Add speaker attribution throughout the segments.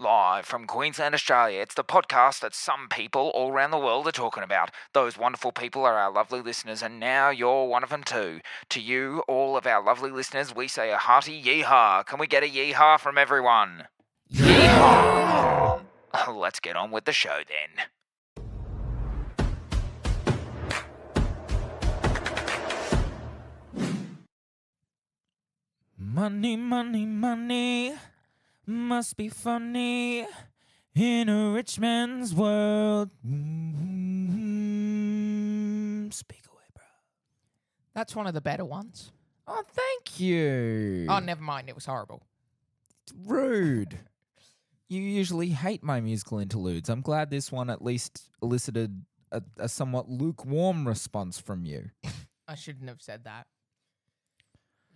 Speaker 1: Live from Queensland, Australia, it's the podcast that some people all around the world are talking about. Those wonderful people are our lovely listeners, and now you're one of them too. To you, all of our lovely listeners, we say a hearty yeehaw. Can we get a yeehaw from everyone? Yeehaw! Let's get on with the show then. Money, money, money must be funny in a rich man's world. Mm, Speak away, bro.
Speaker 2: That's one of the better ones.
Speaker 1: Oh, thank you.
Speaker 2: Oh, never mind. It was horrible.
Speaker 1: Rude. You usually hate my musical interludes. I'm glad this one at least elicited a, a somewhat lukewarm response from you.
Speaker 2: I shouldn't have said that.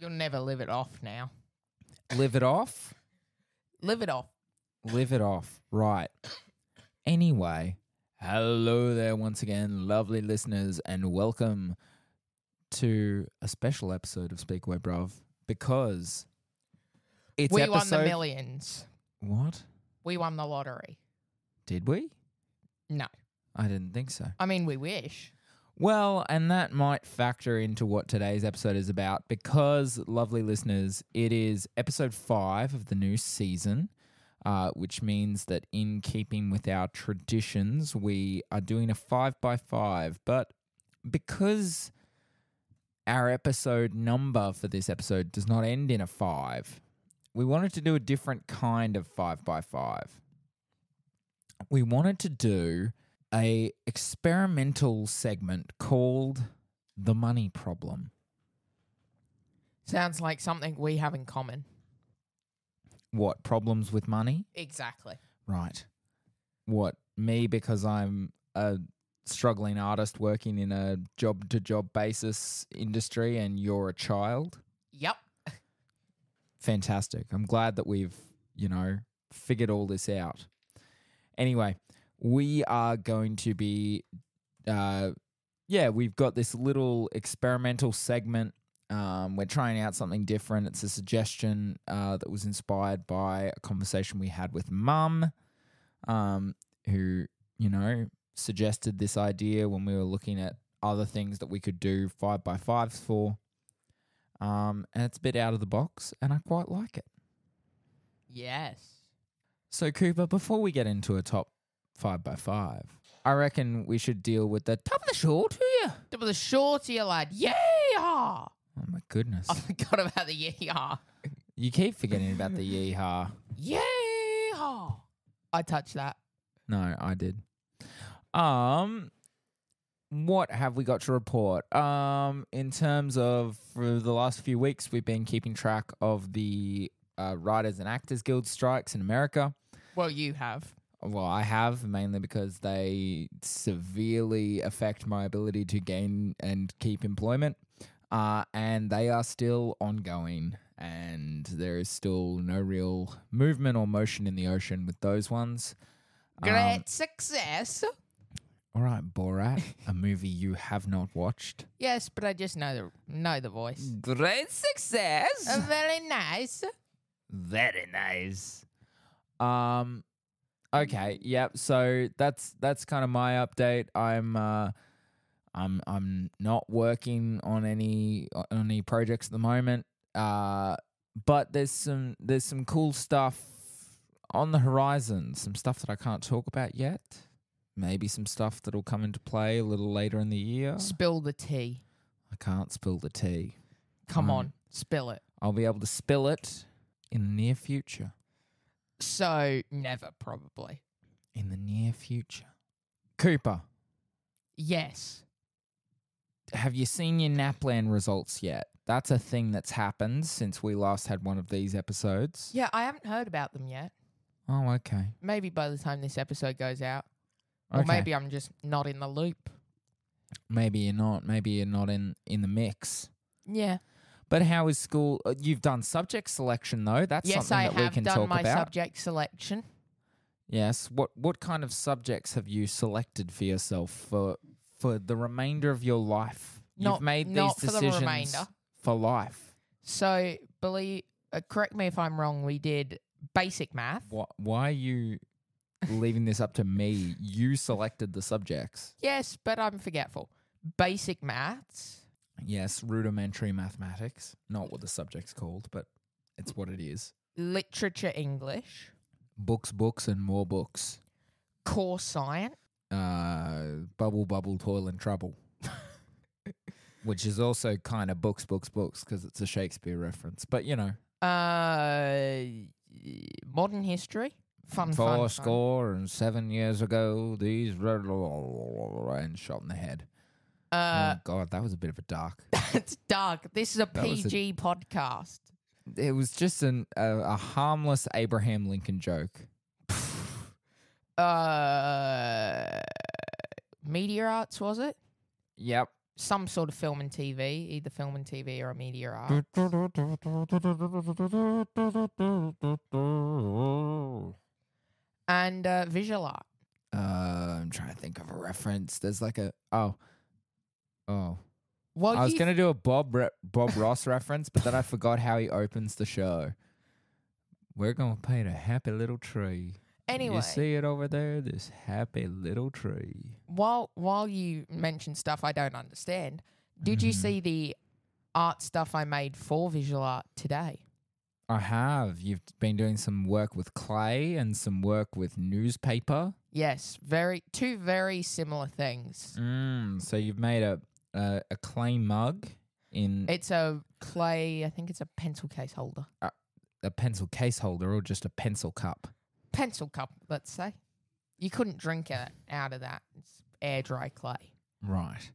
Speaker 2: You'll never live it off now.
Speaker 1: Live it off.
Speaker 2: Live it off.
Speaker 1: Live it off. Right. Anyway, hello there once again, lovely listeners, and welcome to a special episode of Speak Web Bruv because it's
Speaker 2: we won
Speaker 1: episode.
Speaker 2: the millions.
Speaker 1: What?
Speaker 2: We won the lottery.
Speaker 1: Did we?
Speaker 2: No.
Speaker 1: I didn't think so.
Speaker 2: I mean, we wish.
Speaker 1: Well, and that might factor into what today's episode is about because, lovely listeners, it is episode five of the new season, uh, which means that in keeping with our traditions, we are doing a five by five. But because our episode number for this episode does not end in a five, we wanted to do a different kind of five by five. We wanted to do a experimental segment called the money problem
Speaker 2: Sounds like something we have in common.
Speaker 1: what problems with money
Speaker 2: Exactly.
Speaker 1: right what me because i'm a struggling artist working in a job to job basis industry and you're a child
Speaker 2: Yep.
Speaker 1: fantastic i'm glad that we've you know figured all this out anyway we are going to be uh yeah we've got this little experimental segment um, we're trying out something different. It's a suggestion uh, that was inspired by a conversation we had with Mum, um, who you know suggested this idea when we were looking at other things that we could do five by fives for. Um, and it's a bit out of the box, and I quite like it.
Speaker 2: Yes.
Speaker 1: So, Cooper, before we get into a top five by five, I reckon we should deal with the top of the short here.
Speaker 2: It was a shorty, lad. Yeah.
Speaker 1: Oh my goodness!
Speaker 2: I forgot about the yeah.
Speaker 1: You keep forgetting about the yeehaw.
Speaker 2: Yeah. I touched that.
Speaker 1: No, I did. Um, what have we got to report? Um, in terms of for the last few weeks, we've been keeping track of the uh, Writers and Actors Guild strikes in America.
Speaker 2: Well, you have.
Speaker 1: Well, I have mainly because they severely affect my ability to gain and keep employment. Uh, and they are still ongoing, and there is still no real movement or motion in the ocean with those ones. Um,
Speaker 2: Great success.
Speaker 1: all right, Borat, a movie you have not watched.
Speaker 2: Yes, but I just know the know the
Speaker 1: Mm.
Speaker 2: voice.
Speaker 1: Great
Speaker 2: Uh,
Speaker 1: success.
Speaker 2: very nice.
Speaker 1: Very nice. Um okay, yep. So that's that's kind of my update. I'm uh I'm I'm not working on any on any projects at the moment. Uh but there's some there's some cool stuff on the horizon, some stuff that I can't talk about yet. Maybe some stuff that'll come into play a little later in the year.
Speaker 2: Spill the tea.
Speaker 1: I can't spill the tea.
Speaker 2: Come
Speaker 1: Um,
Speaker 2: on, spill it.
Speaker 1: I'll be able to spill it in the near future.
Speaker 2: So never probably.
Speaker 1: In the near future. Cooper,
Speaker 2: Yes.
Speaker 1: have you seen your NAPLAN results yet? That's a thing that's happened since we last had one of these episodes.
Speaker 2: Yeah, I haven't heard about them yet.
Speaker 1: Oh, okay.
Speaker 2: Maybe by the time this episode goes out, or
Speaker 1: okay.
Speaker 2: maybe I'm just not in the loop.
Speaker 1: maybe you're not. Maybe you're not in in the mix.
Speaker 2: Yeah.
Speaker 1: But how is school? uh, You've done subject selection though. That's
Speaker 2: yes,
Speaker 1: something
Speaker 2: I
Speaker 1: that we
Speaker 2: have
Speaker 1: can
Speaker 2: done
Speaker 1: talk
Speaker 2: my
Speaker 1: about.
Speaker 2: subject selection.
Speaker 1: Yes. What what kind of subjects have you selected for yourself for for the remainder of your life? You've
Speaker 2: Not-
Speaker 1: made these
Speaker 2: not for the
Speaker 1: decisions
Speaker 2: remainder.
Speaker 1: for life.
Speaker 2: So believe, uh, correct me if I'm wrong. We did basic math.
Speaker 1: Why, why are you leaving this up to me? You selected the subjects.
Speaker 2: Yes, but I'm forgetful. Basic maths.
Speaker 1: Yes, rudimentary mathematics. Not what the subject's called, but it's what it is.
Speaker 2: literature English,
Speaker 1: Books, books, and more books.
Speaker 2: core science,
Speaker 1: Uh, bubble, bubble, toil, and trouble. Which is also kind of books, books, books, because it's a Shakespeare reference. But you know,
Speaker 2: uh, modern history, fun, fun,
Speaker 1: four
Speaker 2: fun.
Speaker 1: score and seven years ago, these red and shot in the head.
Speaker 2: Uh,
Speaker 1: oh God, that was a bit of a dark.
Speaker 2: it's dark. This is a
Speaker 1: That was a-
Speaker 2: PG podcast.
Speaker 1: It was just an, a, a harmless Abraham Lincoln joke.
Speaker 2: Uh, media arts was it?
Speaker 1: Yep.
Speaker 2: Some sort of film and TV, either film and TV or a media art.
Speaker 1: Uh,
Speaker 2: and uh, visual art.
Speaker 1: I'm trying to think of a reference. There's like a oh oh.
Speaker 2: Well,
Speaker 1: I was
Speaker 2: you-
Speaker 1: gonna do a Bob re- Bob Ross reference, but then I forgot how he opens the show. We're gonna paint a happy little tree.
Speaker 2: anyway.
Speaker 1: you see it over there, this happy little tree.
Speaker 2: while while you mention stuff I don't understand, did you
Speaker 1: Mhm.
Speaker 2: see the art stuff I made for visual art today?
Speaker 1: I have. You've been doing some work with clay and some work with newspaper.
Speaker 2: Yes, very two very similar things.
Speaker 1: Mm, so you've made a a, a clay mug in
Speaker 2: It's a clay, I think it's a pencil case holder.
Speaker 1: a pencil case holder or just a pencil cup.
Speaker 2: Pencil cup, let's say. You couldn't drink it out of that. It's air dry clay.
Speaker 1: Right.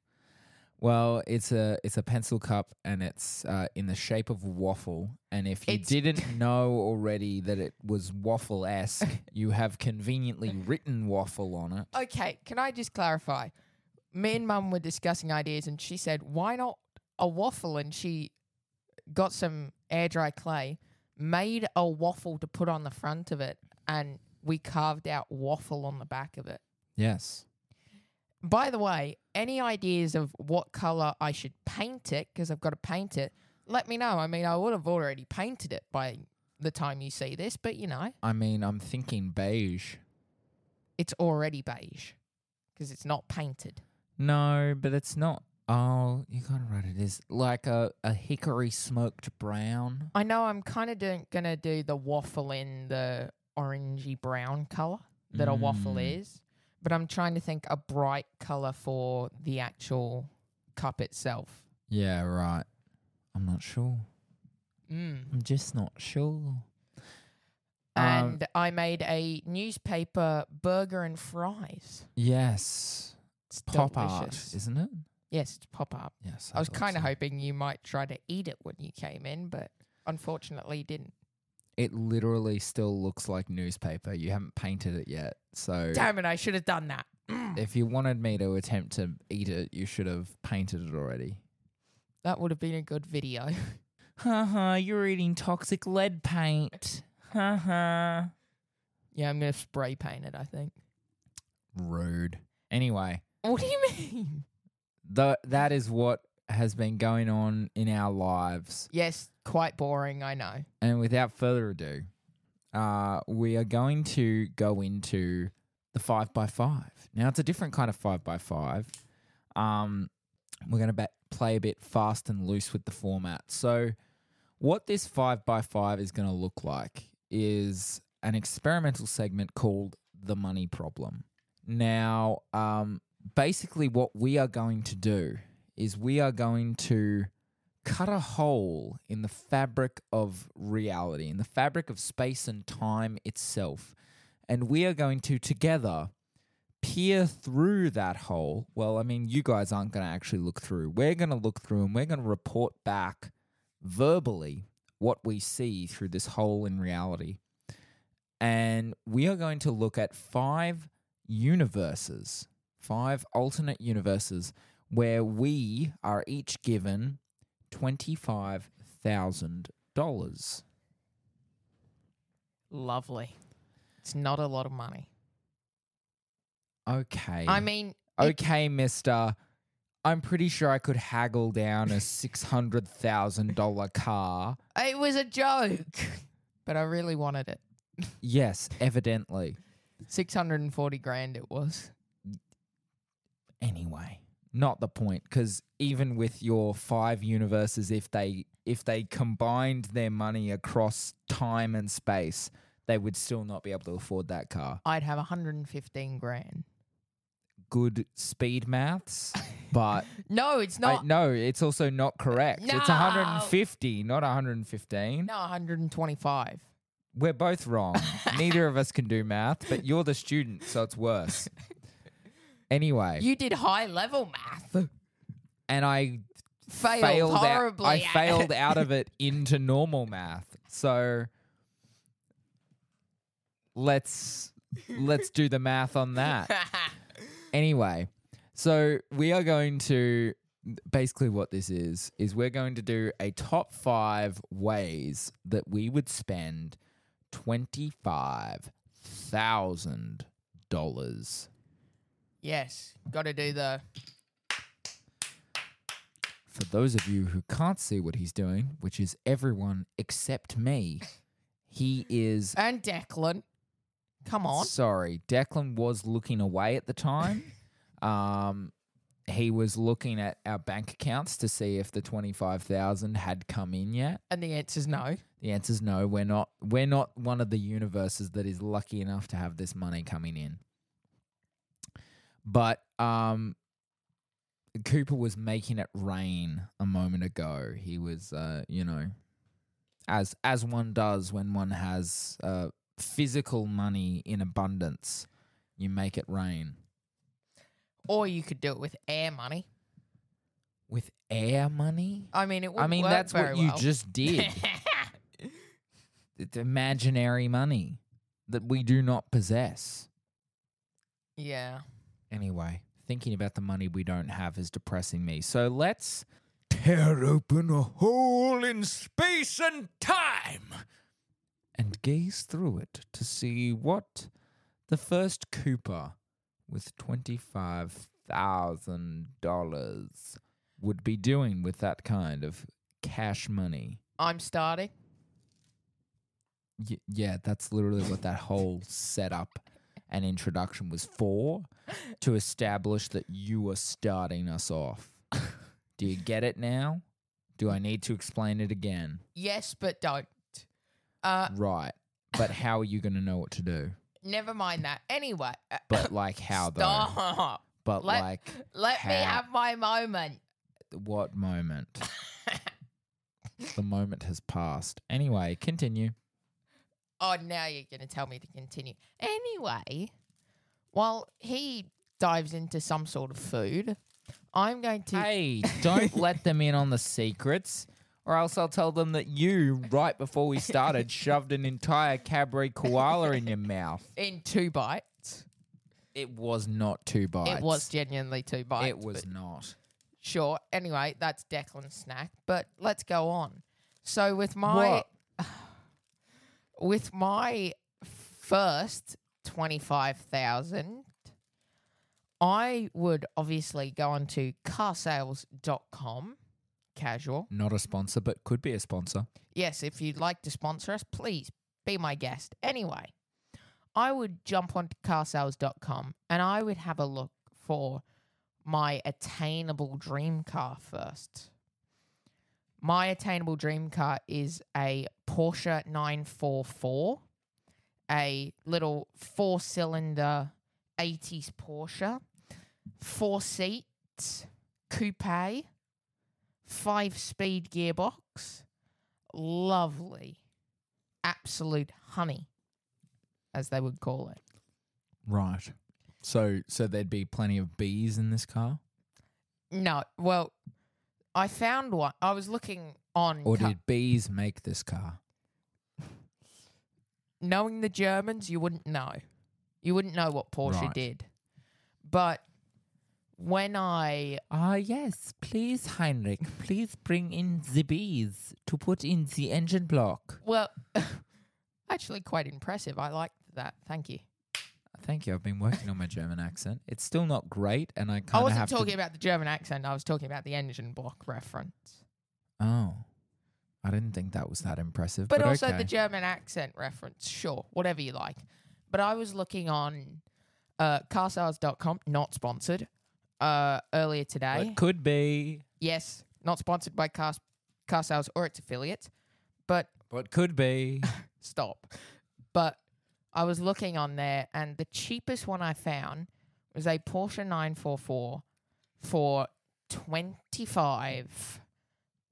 Speaker 1: Well, it's a it's a pencil cup and it's uh, in the shape of a waffle. And if you
Speaker 2: It's-
Speaker 1: didn't know already that it was waffle esque, you have conveniently written waffle on it.
Speaker 2: Okay, can I just clarify? Me and mum were discussing ideas and she said, why not a waffle? And she got some air dry clay, made a waffle to put on the front of it, and we carved out waffle on the back of it.
Speaker 1: Yes.
Speaker 2: By the way, any ideas of what color I should paint it, because I've got to paint it, let me know. I mean, I would have already painted it by the time you see this, but you know,
Speaker 1: I mean, I'm thinking beige.
Speaker 2: it's already beige because it's not painted.
Speaker 1: No, but it's not. Oh, you kind of right. It is like a, a hickory smoked brown.
Speaker 2: I know I'm kind of doing, gonna do the waffle in the orangey brown color that a waffle
Speaker 1: Mm.
Speaker 2: is, but I'm trying to think a bright color for the actual cup itself.
Speaker 1: Yeah, right. I'm not sure.
Speaker 2: Mm.
Speaker 1: I'm just not sure. Um,
Speaker 2: And I made a newspaper burger and fries.
Speaker 1: yes,
Speaker 2: It's
Speaker 1: pop
Speaker 2: delicious.
Speaker 1: art, isn't it?
Speaker 2: Yes, it's pop up.
Speaker 1: Yes.
Speaker 2: I was
Speaker 1: thought
Speaker 2: kind of
Speaker 1: so.
Speaker 2: hoping you might try to eat it when you came in, but unfortunately you didn't.
Speaker 1: It literally still looks like newspaper. You haven't painted it yet. So
Speaker 2: Damn it, I should have done that. Mm.
Speaker 1: if you wanted me to attempt to eat it, you should have painted it already.
Speaker 2: That would have been a good video.
Speaker 1: Haha, you're eating toxic lead paint. Haha.
Speaker 2: yeah, I'm going to spray paint it, I think.
Speaker 1: Rude. Anyway,
Speaker 2: What do you mean?
Speaker 1: th- that is what has been going on in our lives.
Speaker 2: Yes, quite boring, I know.
Speaker 1: And without further ado, uh, we are going to go into the five by five. Now it's a different kind of five by five. Um, we're going to ba play a bit fast and loose with the format. So, what this five by five is going to look like is an experimental segment called the money problem. Now, um, basically, what we are going to do is we are going to cut a hole in the fabric of reality, in the fabric of space and time itself. And we are going to together peer through that hole. Well, I mean, you guys aren't going to actually look through. We're going to look through and we're going to report back verbally what we see through this hole in reality. And we are going to look at five universes, five alternate universes where we are each given $25,000.
Speaker 2: Lovely. It's not a lot of money.
Speaker 1: Okay.
Speaker 2: I mean, it-
Speaker 1: okay, mister. I'm pretty sure I could haggle down a $600,000 car.
Speaker 2: it was a joke, but I really wanted it.
Speaker 1: Yes, evidently.
Speaker 2: 640 grand it was.
Speaker 1: Anyway, not the point because even with your five universes, if they if they combined their money across time and space, they would still not be able to afford that car.
Speaker 2: I'd have 115 grand.
Speaker 1: Good speed maths, but
Speaker 2: No, it's
Speaker 1: I-
Speaker 2: not.
Speaker 1: no, it's also not correct. It's
Speaker 2: No.
Speaker 1: 150, not 115.
Speaker 2: no, 125.
Speaker 1: We're both wrong. Neither of us can do math, but you're the student, so it's worse. Anyway,
Speaker 2: You did high level math.
Speaker 1: and I
Speaker 2: Failed,
Speaker 1: failed
Speaker 2: horribly.
Speaker 1: out. I
Speaker 2: at it.
Speaker 1: failed out of it into normal math. So let's let's do the math on that. Anyway, so we are going to basically what this is is we're going to do a top 5 ways that we would spend $25,000.
Speaker 2: yes, got to do the.
Speaker 1: For those of you who can't see what he's doing, which is everyone except me, he is
Speaker 2: And Declan. Come on.
Speaker 1: Sorry, Declan was looking away at the time. um, he was looking at our bank accounts to see if the twenty five thousand had come in yet.
Speaker 2: And the answer's no.
Speaker 1: The answer's no. We're not. We're not one of the universes that is lucky enough to have this money coming in. But um, Cooper was making it rain a moment ago. He was, uh, you know, as as one does when one has uh, physical money in abundance, you make it rain
Speaker 2: Or you could do it with air money.
Speaker 1: with air money.
Speaker 2: I mean, it would
Speaker 1: I mean, that's what you
Speaker 2: well.
Speaker 1: just did. it's imaginary money that we do not possess.
Speaker 2: yeah.
Speaker 1: Anyway, thinking about the money we don't have is depressing me. So let's tear open a hole in space and time and gaze through it to see what the first Cooper with $25,000 would be doing with that kind of cash money.
Speaker 2: I'm starting.
Speaker 1: Y- yeah, that's literally what that whole setup and introduction was for to establish that you are starting us off. Do you get it now? Do I need to explain it again?
Speaker 2: Yes, but don't. Uh,
Speaker 1: Right. But how are you going to know what to do?
Speaker 2: never mind that. Anyway, uh,
Speaker 1: But like how though?
Speaker 2: stop.
Speaker 1: But
Speaker 2: Let-
Speaker 1: like
Speaker 2: Let me
Speaker 1: How?
Speaker 2: have my moment.
Speaker 1: what moment? the moment has passed. Anyway, continue.
Speaker 2: Oh, now you're going to tell me to continue. Anyway, while he dives into some sort of food, I'm going to.
Speaker 1: Hey, don't let them in on the secrets, or else I'll tell them that you, right before we started, shoved an entire Cadbury koala in your mouth.
Speaker 2: in two bites.
Speaker 1: It was not two bites.
Speaker 2: It was genuinely two bites.
Speaker 1: It was
Speaker 2: but
Speaker 1: not.
Speaker 2: Sure. Anyway, that's Declan's snack, but let's go on. So, with my.
Speaker 1: What?
Speaker 2: with my first 25,000, I would obviously go onto carsales.com, casual.
Speaker 1: Not a sponsor, but could be a sponsor.
Speaker 2: Yes, if you'd like to sponsor us, please be my guest. Anyway, I would jump onto carsales.com and I would have a look for my attainable dream car first. My attainable dream car is a Porsche 944, a little four cylinder 80s Porsche, four seats, coupe, five speed gearbox lovely, absolute honey, as they would call it.
Speaker 1: Right. So, so there'd be plenty of bees in this car,
Speaker 2: No, well, I found one. I was looking on,
Speaker 1: or
Speaker 2: ca-
Speaker 1: did bees make this car?
Speaker 2: knowing the Germans, you wouldn't know. You wouldn't know what Porsche
Speaker 1: Right.
Speaker 2: did. But when I
Speaker 1: Ah, yes. Please, Heinrich. Please bring in the bees to put in the engine block.
Speaker 2: well, actually quite impressive. I liked that. Thank you.
Speaker 1: Thank you. I've been working on my German accent. It's still not great, and I
Speaker 2: I
Speaker 1: kind of
Speaker 2: wasn't
Speaker 1: have
Speaker 2: talking
Speaker 1: to.
Speaker 2: about the German accent. I was talking about the engine block reference.
Speaker 1: Oh, I didn't think that was that impressive.
Speaker 2: But,
Speaker 1: But,
Speaker 2: also
Speaker 1: okay.
Speaker 2: the German accent reference, sure, whatever you like. But I was looking on uh, carsales.com, not sponsored, uh, earlier today.
Speaker 1: It could be.
Speaker 2: yes, not sponsored by Cars, Carsales or its affiliate, but
Speaker 1: But could be.
Speaker 2: stop. But I was looking on there, and the cheapest one I found was a Porsche 944 for twenty five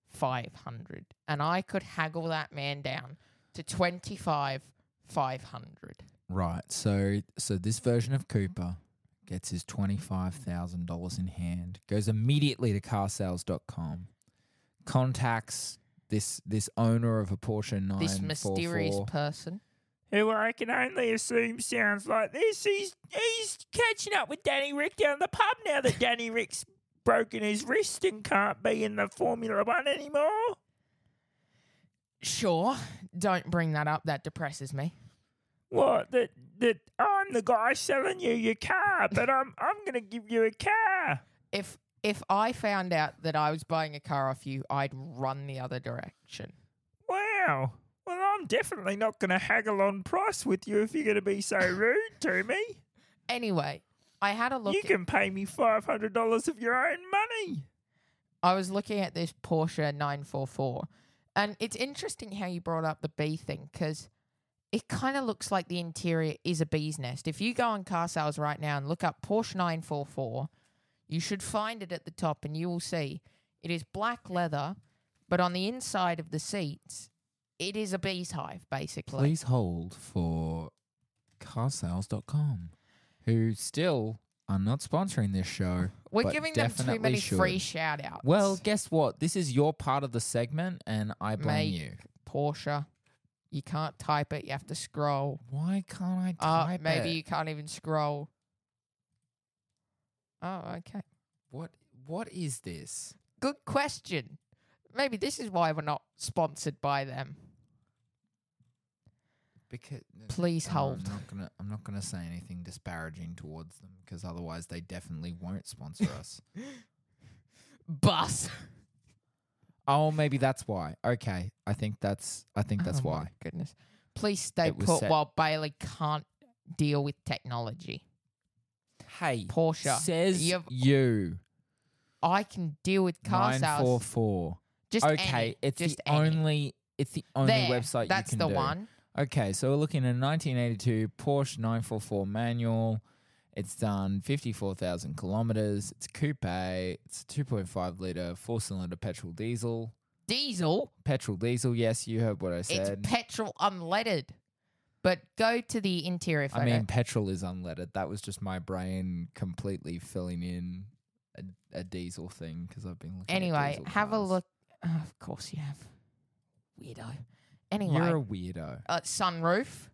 Speaker 2: five hundred, and I could haggle that man down to twenty five five hundred.
Speaker 1: Right. So so this version of Cooper gets his $25,000 in hand, goes immediately to carsales.com, contacts this this owner of a Porsche 944.
Speaker 2: This mysterious person.
Speaker 1: who I can only assume sounds like this. He's he's catching up with Danny Rick down the pub now that Danny Rick's broken his wrist and can't be in the Formula One anymore.
Speaker 2: Sure, don't bring that up. That depresses me.
Speaker 3: What? That that I'm the guy selling you your car, but I'm I'm gonna give you a car.
Speaker 2: If if I found out that I was buying a car off you, I'd run the other direction.
Speaker 3: Wow. Well, I'm definitely not gonna haggle on price with you if you're gonna be so rude to me.
Speaker 2: Anyway, I had a look.
Speaker 3: you
Speaker 2: at-
Speaker 3: can pay me five hundred dollars of your own money.
Speaker 2: I was looking at this Porsche 944, and it's interesting how you brought up the bee thing because it kind of looks like the interior is a bee's nest. If you go on car sales right now and look up Porsche 944, you should find it at the top, and you will see it is black leather, but on the inside of the seats, it is a bee's hive, basically.
Speaker 1: Please hold for carsales.com, who still are not sponsoring this show.
Speaker 2: We're
Speaker 1: but
Speaker 2: giving them too
Speaker 1: definitely
Speaker 2: many
Speaker 1: should.
Speaker 2: free shout outs.
Speaker 1: Well, guess what? This is your part of the segment, and I blame
Speaker 2: Mate.
Speaker 1: you.
Speaker 2: Porsche, you can't type it, you have to scroll.
Speaker 1: Why can't I
Speaker 2: Uh,
Speaker 1: type
Speaker 2: maybe
Speaker 1: it?
Speaker 2: you can't even scroll. Oh, okay.
Speaker 1: What What is this?
Speaker 2: Good question. Maybe this is why we're not sponsored by them.
Speaker 1: Because
Speaker 2: Please
Speaker 1: No,
Speaker 2: hold.
Speaker 1: I'm not gonna. I'm not gonna say anything disparaging towards them because otherwise they definitely won't sponsor us.
Speaker 2: Bus.
Speaker 1: Oh, maybe that's why. Okay, I think that's. I think that's
Speaker 2: Oh my
Speaker 1: why.
Speaker 2: goodness. Please stay
Speaker 1: It was
Speaker 2: put
Speaker 1: set-
Speaker 2: while Bailey can't deal with technology.
Speaker 1: Hey,
Speaker 2: Porsche.
Speaker 1: says
Speaker 2: You've-
Speaker 1: you
Speaker 2: I can deal with car
Speaker 1: nine four
Speaker 2: sales.
Speaker 1: four.
Speaker 2: Just
Speaker 1: Okay,
Speaker 2: any,
Speaker 1: it's
Speaker 2: just
Speaker 1: the
Speaker 2: any.
Speaker 1: only. It's the only
Speaker 2: There,
Speaker 1: website
Speaker 2: That's
Speaker 1: you can
Speaker 2: the
Speaker 1: do.
Speaker 2: one.
Speaker 1: Okay, so we're looking at a 1982 Porsche 944 manual. It's done 54,000 kilometers. It's coupe. It's a 2.5 liter four cylinder petrol diesel.
Speaker 2: Diesel.
Speaker 1: Petrol diesel. Yes, you heard what I said.
Speaker 2: It's petrol unleaded. But go to the interior photo.
Speaker 1: I mean, petrol is unleaded. That was just my brain completely filling in a, a diesel thing because I've been looking. at
Speaker 2: Anyway,
Speaker 1: diesel
Speaker 2: have a
Speaker 1: cars.
Speaker 2: look. Oh, of course you have. Weirdo. Anyway,
Speaker 1: You're a weirdo.
Speaker 2: uh, sunroof.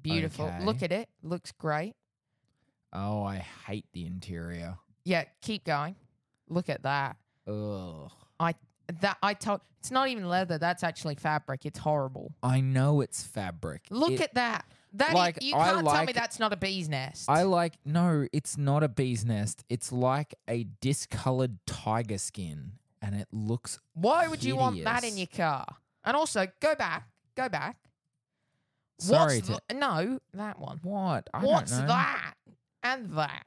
Speaker 2: Beautiful. Look
Speaker 1: Okay.
Speaker 2: at it. Looks great.
Speaker 1: Oh, I hate the interior.
Speaker 2: Yeah, keep going. Look at that.
Speaker 1: Ugh.
Speaker 2: That I told it's not even leather, that's actually fabric. It's horrible.
Speaker 1: I know it's fabric.
Speaker 2: Look
Speaker 1: It-
Speaker 2: at that. That
Speaker 1: like,
Speaker 2: you
Speaker 1: I
Speaker 2: can't tell me
Speaker 1: like-
Speaker 2: that's not a bee's nest.
Speaker 1: I like no, it's not a bee's nest. It's like a discolored tiger skin and it looks
Speaker 2: Why would you want that in
Speaker 1: hideous.
Speaker 2: your car? And also, go back. Go back.
Speaker 1: sorry
Speaker 2: What's
Speaker 1: to
Speaker 2: the- no, that one.
Speaker 1: what? I
Speaker 2: What's
Speaker 1: don't know.
Speaker 2: that? And that.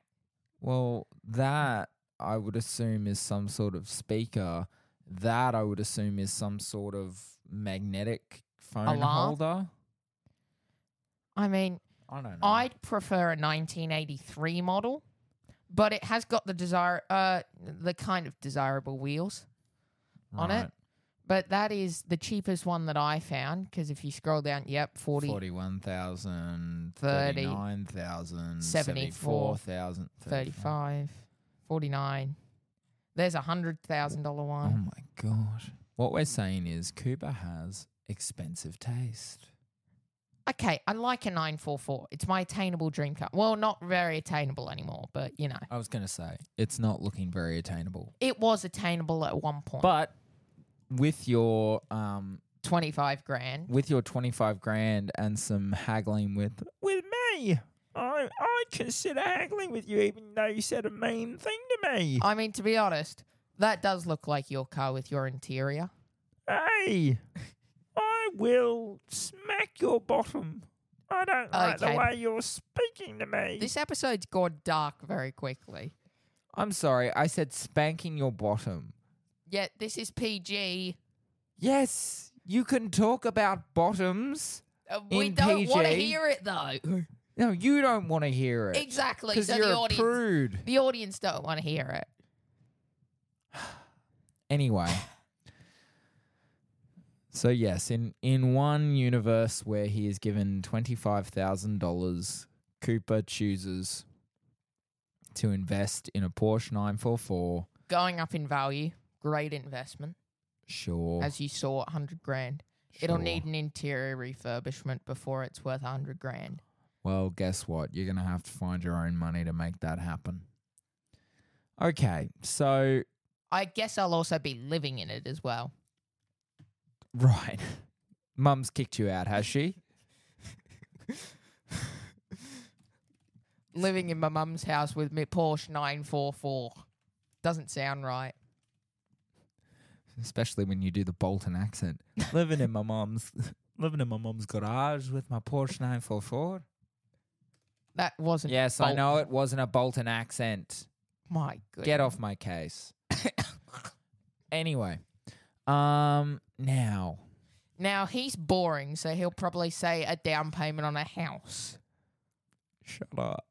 Speaker 1: Well, that I would assume is some sort of speaker. That I would assume is some sort of magnetic phone
Speaker 2: Alarm?
Speaker 1: holder.
Speaker 2: I mean,
Speaker 1: I don't know.
Speaker 2: I'd prefer a 1983 model, but it has got the desire, uh, the kind of desirable wheels. on it,
Speaker 1: Right,
Speaker 2: But that is the cheapest one that I found because if you scroll down, yep, 40.
Speaker 1: 41,000,
Speaker 2: Thirty.
Speaker 1: 39,000,
Speaker 2: Seventy-four.
Speaker 1: 74,000,
Speaker 2: 35, 49. There's a hundred thousand dollar
Speaker 1: Oh
Speaker 2: one.
Speaker 1: my god. What we're saying is Cooper has expensive taste.
Speaker 2: Okay, I like a 944. It's my attainable dream car. Well, not very attainable anymore, but you know,
Speaker 1: I was going to say it's not looking very attainable.
Speaker 2: it was attainable at one point.
Speaker 1: But with your um
Speaker 2: 25 grand.
Speaker 1: with your 25 grand and some haggling with
Speaker 3: With me, I I'd consider haggling with you, even though you said a mean thing to me.
Speaker 2: I mean, to be honest, that does look like your car with your interior.
Speaker 3: Hey, I will smack your bottom. I don't like
Speaker 2: Okay.
Speaker 3: the way you're speaking to me.
Speaker 2: This episode's gone dark very quickly.
Speaker 1: I'm sorry, I said spanking your bottom.
Speaker 2: Yet this is PG.
Speaker 1: Yes, you can talk about bottoms.
Speaker 2: Uh, we
Speaker 1: In
Speaker 2: don't want to
Speaker 1: PG?
Speaker 2: hear it though.
Speaker 1: No, you don't want to hear it.
Speaker 2: exactly.
Speaker 1: Because
Speaker 2: So
Speaker 1: you're
Speaker 2: the
Speaker 1: a
Speaker 2: audience,
Speaker 1: prude.
Speaker 2: the audience don't want to hear it.
Speaker 1: Anyway. So yes, in in one universe where he is given twenty five thousand dollars, Cooper chooses to invest in a Porsche nine four four.
Speaker 2: Going up in value, great investment.
Speaker 1: Sure,
Speaker 2: As you saw, a hundred grand. It'll
Speaker 1: Oh. sure.
Speaker 2: need an interior refurbishment before it's worth a hundred grand.
Speaker 1: Well, guess what? You're going to have to find your own money to make that happen. Okay, so,
Speaker 2: I guess I'll also be living in it as well.
Speaker 1: right. Mum's kicked you out, has she?
Speaker 2: Living in my mum's house with my Porsche 944 doesn't sound right.
Speaker 1: Especially when you do the Bolton accent. living in my mum's, living in my mum's garage with my Porsche 944.
Speaker 2: That wasn't.
Speaker 1: Yes, I
Speaker 2: Bolton.
Speaker 1: know it wasn't a Bolton accent.
Speaker 2: My goodness.
Speaker 1: Get off my case. anyway, um, now
Speaker 2: Now he's boring, so he'll probably say a down payment on a house.
Speaker 1: Shut up.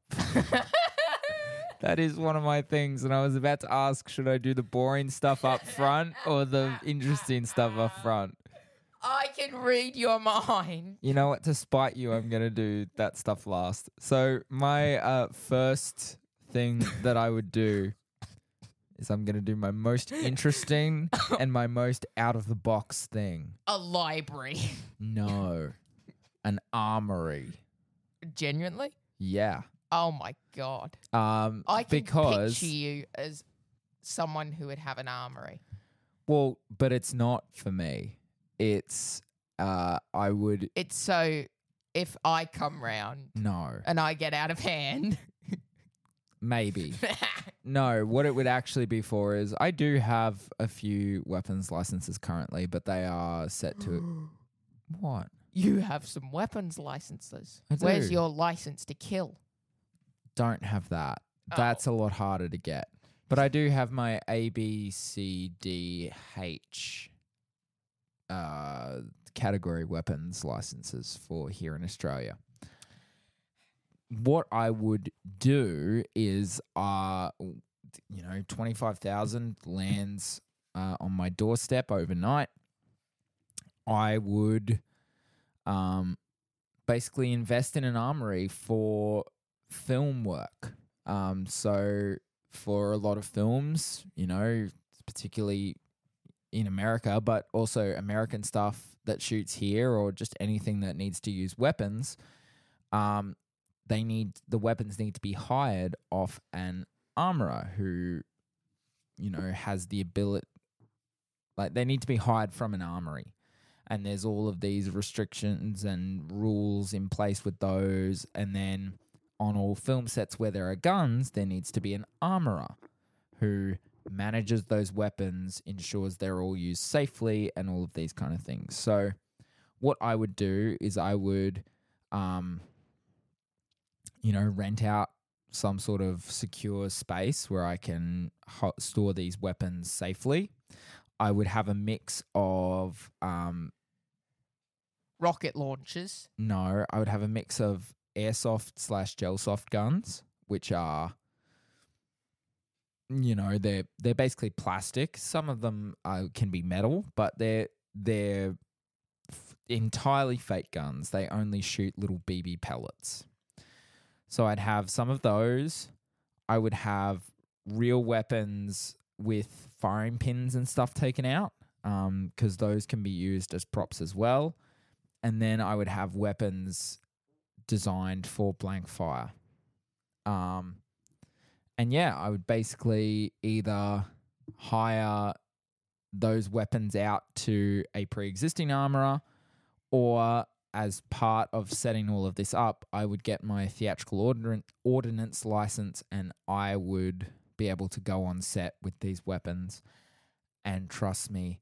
Speaker 1: that is one of my things. And I was about to ask should I do the boring stuff up front or the interesting stuff up front?
Speaker 2: I can read your mind.
Speaker 1: You know what? To spite you, I'm going to do that stuff last. So, my uh, first thing that I would do is I'm going to do my most interesting and my most out of the box thing.
Speaker 2: A library.
Speaker 1: No, an armory.
Speaker 2: Genuinely?
Speaker 1: Yeah.
Speaker 2: Oh my god.
Speaker 1: Um,
Speaker 2: I can
Speaker 1: because
Speaker 2: picture you as someone who would have an armory.
Speaker 1: Well, but it's not for me. It's uh I would
Speaker 2: It's so if I come round
Speaker 1: no.
Speaker 2: and I get out of hand.
Speaker 1: Maybe. No, what it would actually be for is I do have a few weapons licenses currently, but they are set to what?
Speaker 2: you have some weapons licenses.
Speaker 1: I
Speaker 2: Where's
Speaker 1: do.
Speaker 2: your license to kill?
Speaker 1: Don't have that.
Speaker 2: Oh.
Speaker 1: That's a lot harder to get. But I do have my A B C D H uh category weapons licenses for here in Australia. what I would do is, uh, w- you know, 25,000 lands uh, on my doorstep overnight. I would um, basically invest in an armory for film work. Um, so, for a lot of films, you know, particularly in America, but also American stuff that shoots here or just anything that needs to use weapons, um, they need the weapons need to be hired off an armorer who you know has the ability like they need to be hired from an armory and there's all of these restrictions and rules in place with those and then on all film sets where there are guns there needs to be an armorer who manages those weapons ensures they're all used safely and all of these kind of things so what i would do is i would um, you know, rent out some sort of secure space where I can ho- store these weapons safely. I would have a mix of um,
Speaker 2: Rocket launchers.
Speaker 1: no, I would have a mix of airsoft slash gelsoft guns, which are, you know, they're they're basically plastic. Some of them uh, can be metal, but they're they're f- entirely fake guns. They only shoot little BB pellets. So I'd have some of those. I would have real weapons with firing pins and stuff taken out, because those can be used as props as well and then I would have weapons designed for blank fire. Um, and yeah, I would basically either hire those weapons out to a pre existing armorer, or as part of setting all of this up, I would get my theatrical ordin- ordinance license and I would be able to go on set with these weapons. And trust me,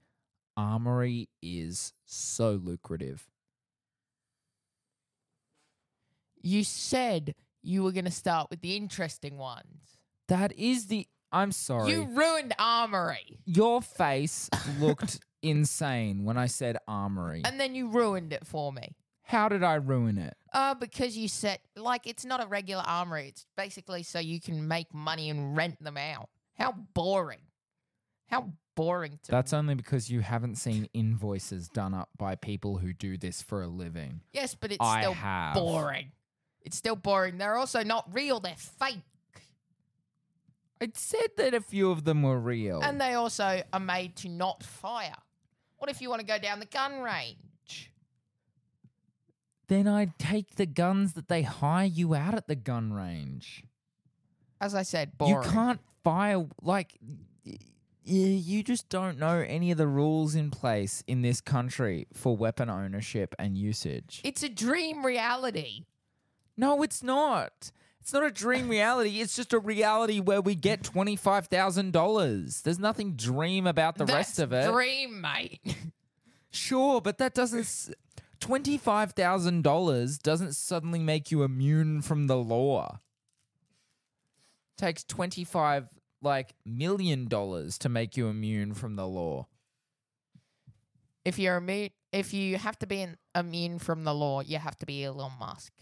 Speaker 1: armory is so lucrative.
Speaker 2: You said you were going to start with the interesting ones.
Speaker 1: That is the. I'm sorry.
Speaker 2: You ruined Armory.
Speaker 1: Your face looked insane when I said armory.
Speaker 2: And then you ruined it for me.
Speaker 1: How did I ruin it?
Speaker 2: Uh, because you said, like, it's not a regular armory. It's basically so you can make money and rent them out. How boring. How boring to
Speaker 1: That's only because you haven't seen invoices done up by people who do this for a living.
Speaker 2: Yes, but it's
Speaker 1: I
Speaker 2: still
Speaker 1: have.
Speaker 2: boring. It's still boring. They're also not real. They're fake.
Speaker 1: I said that a few of them were real.
Speaker 2: And they also are made to not fire. What if you want to go down the gun range?
Speaker 1: then I'd take the guns that they hire you out at the gun range.
Speaker 2: As I said, boring.
Speaker 1: You can't fire like y- y- you just don't know any of the rules in place in this country for weapon ownership and usage.
Speaker 2: It's a dream reality.
Speaker 1: no, it's not. It's not a dream reality. It's just a reality where we get twenty five thousand dollars. There's nothing dream about the
Speaker 2: That's
Speaker 1: rest of it.
Speaker 2: Dream, mate.
Speaker 1: Sure, but that doesn't. S- $25,000 doesn't suddenly make you immune from the law. Takes 25 like million dollars to make you immune from the law.
Speaker 2: if you're immune, if you have to be in, immune from the law, you have to be Elon Musk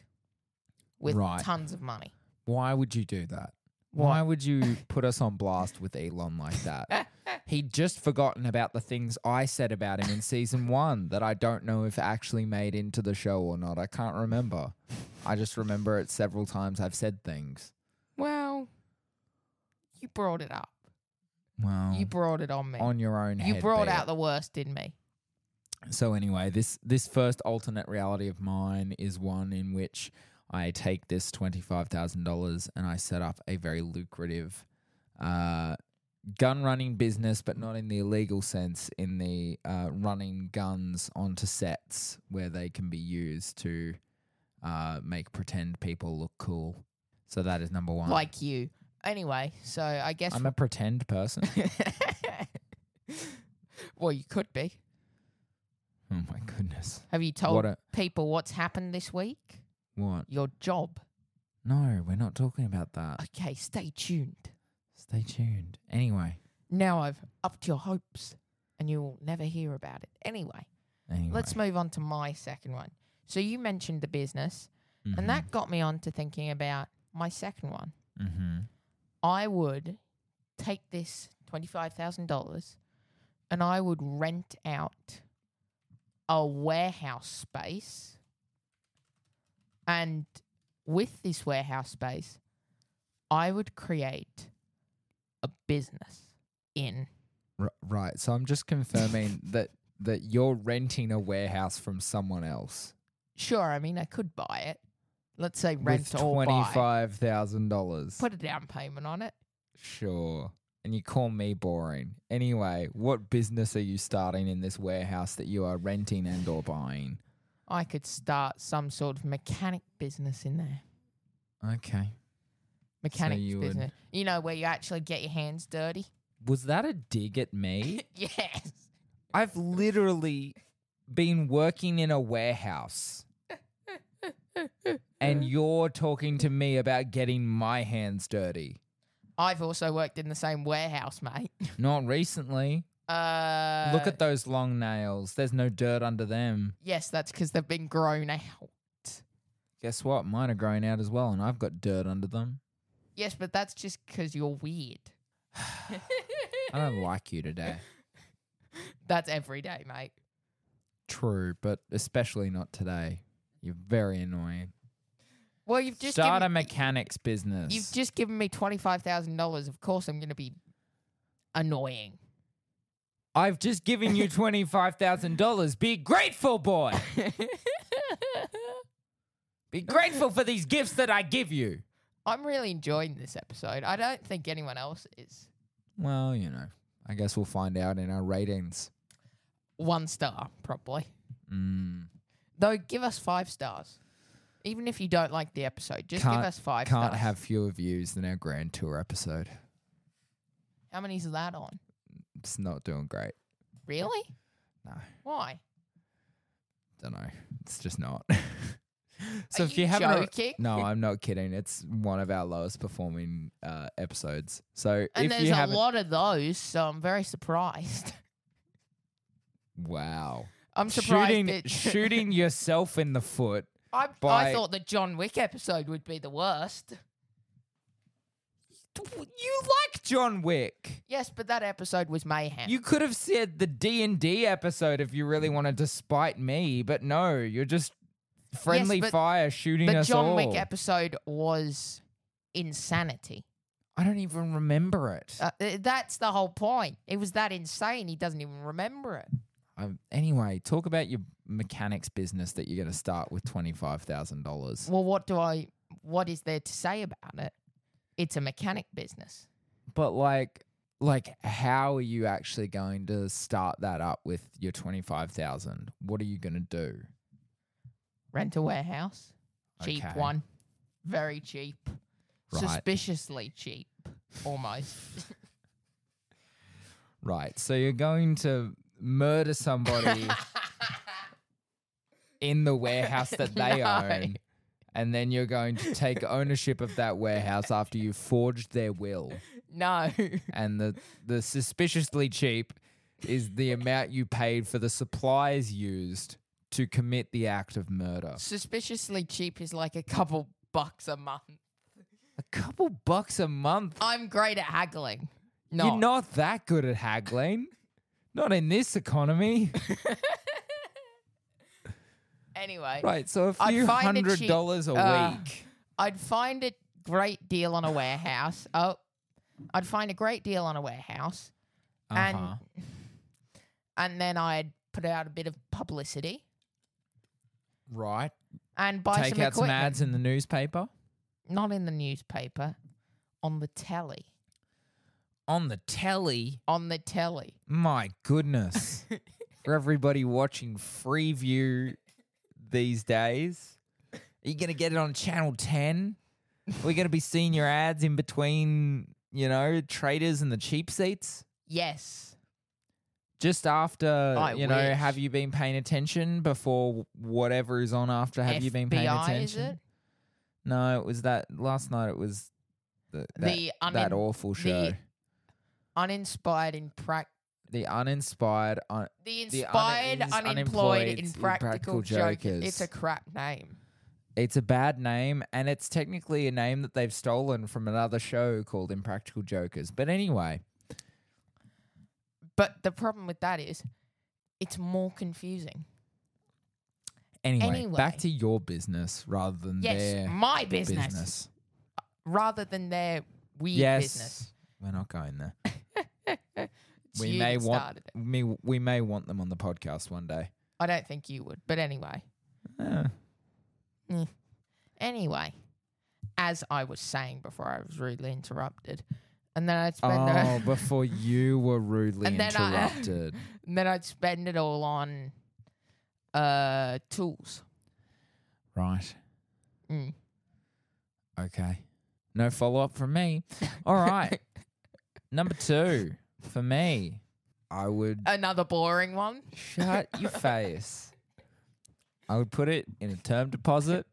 Speaker 2: with
Speaker 1: Right.
Speaker 2: tons of money.
Speaker 1: Why would you do that? Why would you put us on blast with Elon like that? He'd just forgotten about the things I said about him in season one that I don't know if actually made into the show or not. I can't remember. I just remember it several times I've said things.
Speaker 2: Well, you brought it up.
Speaker 1: Well,
Speaker 2: You brought it on me.
Speaker 1: Oh. on your own
Speaker 2: you
Speaker 1: head
Speaker 2: brought
Speaker 1: be
Speaker 2: out
Speaker 1: it.
Speaker 2: the worst in me.
Speaker 1: so anyway this this first alternate reality of mine is one in which i take this $25000 and i set up a very lucrative uh, gun running business but not in the illegal sense in the uh, running guns onto sets where they can be used to uh, make pretend people look cool so that is number one
Speaker 2: Like you. Anyway, so I guess.
Speaker 1: i'm a pretend person
Speaker 2: well, you could be.
Speaker 1: oh my goodness
Speaker 2: Have you told
Speaker 1: what a
Speaker 2: people what's happened this week?
Speaker 1: what
Speaker 2: Your job.
Speaker 1: no we're not talking about that
Speaker 2: Okay, stay tuned.
Speaker 1: Stay tuned. Anyway,
Speaker 2: Now I've upped your hopes and you will never hear about it. Anyway,
Speaker 1: anyway.
Speaker 2: let's move on to my second one. So you mentioned the business, and that got me on to thinking about my second one.
Speaker 1: Mm-hmm.
Speaker 2: I would take this $25,000 and I would rent out a warehouse space. And with this warehouse space, I would create a business in.
Speaker 1: R- right. So I'm just confirming that that you're renting a warehouse from someone else
Speaker 2: Sure, I mean, I could buy it. Let's say rent
Speaker 1: with
Speaker 2: or
Speaker 1: twenty
Speaker 2: buy.
Speaker 1: five thousand dollars.
Speaker 2: Put a down payment on it.
Speaker 1: Sure. And you call me boring. Anyway, what business are you starting in this warehouse that you are renting and or buying?
Speaker 2: I could start some sort of mechanic business in there.
Speaker 1: Okay.
Speaker 2: Mechanics
Speaker 1: you would-
Speaker 2: business. You know, where you actually get your hands dirty.
Speaker 1: Was that a dig at me?
Speaker 2: yes.
Speaker 1: I've literally been working in a warehouse. and you're talking to me about getting my hands dirty.
Speaker 2: I've also worked in the same warehouse, mate.
Speaker 1: Not recently.
Speaker 2: Uh,
Speaker 1: Look at those long nails. There's no dirt under them.
Speaker 2: Yes, that's because they've been grown out.
Speaker 1: Guess what? Mine are growing out as well, and I've got dirt under them.
Speaker 2: Yes, but that's just because you're weird.
Speaker 1: I don't like you today.
Speaker 2: that's every day, mate.
Speaker 1: True, but especially not today. You're very annoying.
Speaker 2: Well, you've just
Speaker 1: Start a
Speaker 2: given,
Speaker 1: mechanics business.
Speaker 2: you've just given me twenty five thousand dollars. Of course, I'm going to be annoying.
Speaker 1: I've just given you $25,000. Be grateful, boy. Be grateful for these gifts that I give you.
Speaker 2: I'm really enjoying this episode. I don't think anyone else is.
Speaker 1: Well, you know, I guess we'll find out in our ratings.
Speaker 2: One star, probably.
Speaker 1: Mm,
Speaker 2: Though, give us five stars. Even if you don't like the episode, just
Speaker 1: Can't-
Speaker 2: give us 5
Speaker 1: can't
Speaker 2: stars.
Speaker 1: have fewer views than our Grand Tour episode.
Speaker 2: How many's that on?
Speaker 1: It's not doing great.
Speaker 2: Really?
Speaker 1: No,
Speaker 2: Why?
Speaker 1: don't know. It's just not.
Speaker 2: Are
Speaker 1: so if you, haven't, al-
Speaker 2: joking?
Speaker 1: no, I'm not kidding. It's one of our lowest performing uh, episodes. So
Speaker 2: and
Speaker 1: if
Speaker 2: there's
Speaker 1: you
Speaker 2: a
Speaker 1: haven't,
Speaker 2: lot of those, so I'm very surprised.
Speaker 1: wow,
Speaker 2: I'm surprised.
Speaker 1: shooting
Speaker 2: that-
Speaker 1: shooting yourself in the foot.
Speaker 2: I, I
Speaker 1: by-
Speaker 2: thought the John Wick episode would be the worst.
Speaker 1: You like John Wick.
Speaker 2: Yes, but that episode was mayhem.
Speaker 1: You could have said the D and D episode if you really wanted to spite me, but no, you're just friendly
Speaker 2: but-
Speaker 1: fire shooting
Speaker 2: the
Speaker 1: us
Speaker 2: John
Speaker 1: all.
Speaker 2: Wick episode was insanity.
Speaker 1: I don't even remember it.
Speaker 2: Uh, th- that's the whole point. It was that insane. He doesn't even remember it.
Speaker 1: Um, anyway, talk about your mechanics business that you're going to start with twenty five thousand dollars.
Speaker 2: Well, what do I? What is there to say about it? It's a mechanic business.
Speaker 1: But like, like, how are you actually going to start that up with your twenty five thousand? What are you going to do?
Speaker 2: Rent a warehouse, cheap
Speaker 1: Okay.
Speaker 2: one, very cheap,
Speaker 1: Right.
Speaker 2: suspiciously cheap, almost.
Speaker 1: Right. So you're going to murder somebody in the warehouse that they
Speaker 2: No.
Speaker 1: own. And then you're going to take ownership of that warehouse after you forged their will.
Speaker 2: no,
Speaker 1: And the, the suspiciously cheap is the amount you paid for the supplies used to commit the act of murder.
Speaker 2: suspiciously cheap is like a couple bucks a month.
Speaker 1: A couple bucks a month.
Speaker 2: I'm great at haggling. No,
Speaker 1: You're not that good at haggling. Not in this economy.
Speaker 2: anyway,
Speaker 1: Right, so a
Speaker 2: I'd
Speaker 1: few
Speaker 2: find it
Speaker 1: hundred
Speaker 2: cheap-
Speaker 1: dollars a
Speaker 2: uh,
Speaker 1: week.
Speaker 2: I'd find a great deal on a warehouse. Oh, I'd find a great deal on a warehouse,
Speaker 1: Uh-huh.
Speaker 2: and and then I'd put out a bit of publicity
Speaker 1: Right.
Speaker 2: and buy
Speaker 1: Take
Speaker 2: some
Speaker 1: out some
Speaker 2: equipment.
Speaker 1: ads in the newspaper.
Speaker 2: Not in the newspaper, on the telly,
Speaker 1: On the telly.
Speaker 2: on the telly.
Speaker 1: My goodness. For everybody watching Freeview these days, are you going to get it on Channel 10? Are we going to be seeing your ads in between, you know, traders and the cheap seats?
Speaker 2: Yes,
Speaker 1: Just after,
Speaker 2: I
Speaker 1: you know,
Speaker 2: wish.
Speaker 1: have you been paying attention before whatever is on after? Have you been paying
Speaker 2: FBI,
Speaker 1: attention?
Speaker 2: Is it?
Speaker 1: No, it was that last night. It was the, that,
Speaker 2: the
Speaker 1: that
Speaker 2: unin-
Speaker 1: awful show.
Speaker 2: uninspired in prac-
Speaker 1: The uninspired, un-
Speaker 2: the
Speaker 1: The
Speaker 2: inspired
Speaker 1: un- is
Speaker 2: unemployed,
Speaker 1: unemployed,
Speaker 2: in
Speaker 1: impractical
Speaker 2: practical jokers.
Speaker 1: jokers.
Speaker 2: It's a crap name.
Speaker 1: It's a bad name, and it's technically a name that they've stolen from another show called Impractical Jokers. But anyway,
Speaker 2: But the problem with that is, it's more confusing.
Speaker 1: anyway,
Speaker 2: Anyway.
Speaker 1: back to your business rather than
Speaker 2: Yes,
Speaker 1: their
Speaker 2: my business,
Speaker 1: business.
Speaker 2: rather than their weird
Speaker 1: Yes,
Speaker 2: business.
Speaker 1: we're not going there.
Speaker 2: It's
Speaker 1: we
Speaker 2: you
Speaker 1: may
Speaker 2: that
Speaker 1: want
Speaker 2: started it.
Speaker 1: me. We may want them on the podcast one day.
Speaker 2: I don't think you would, but anyway,
Speaker 1: Eh,
Speaker 2: anyway, as I was saying before, I was rudely interrupted, and then I'd spend
Speaker 1: Oh, before you were rudely
Speaker 2: And then I-
Speaker 1: interrupted.
Speaker 2: and then I'd spend it all on uh tools.
Speaker 1: right.
Speaker 2: Mm.
Speaker 1: Okay. No follow up from me. All right. Number two for me, I would
Speaker 2: Another boring one.
Speaker 1: Shut your face. I would put it in a term deposit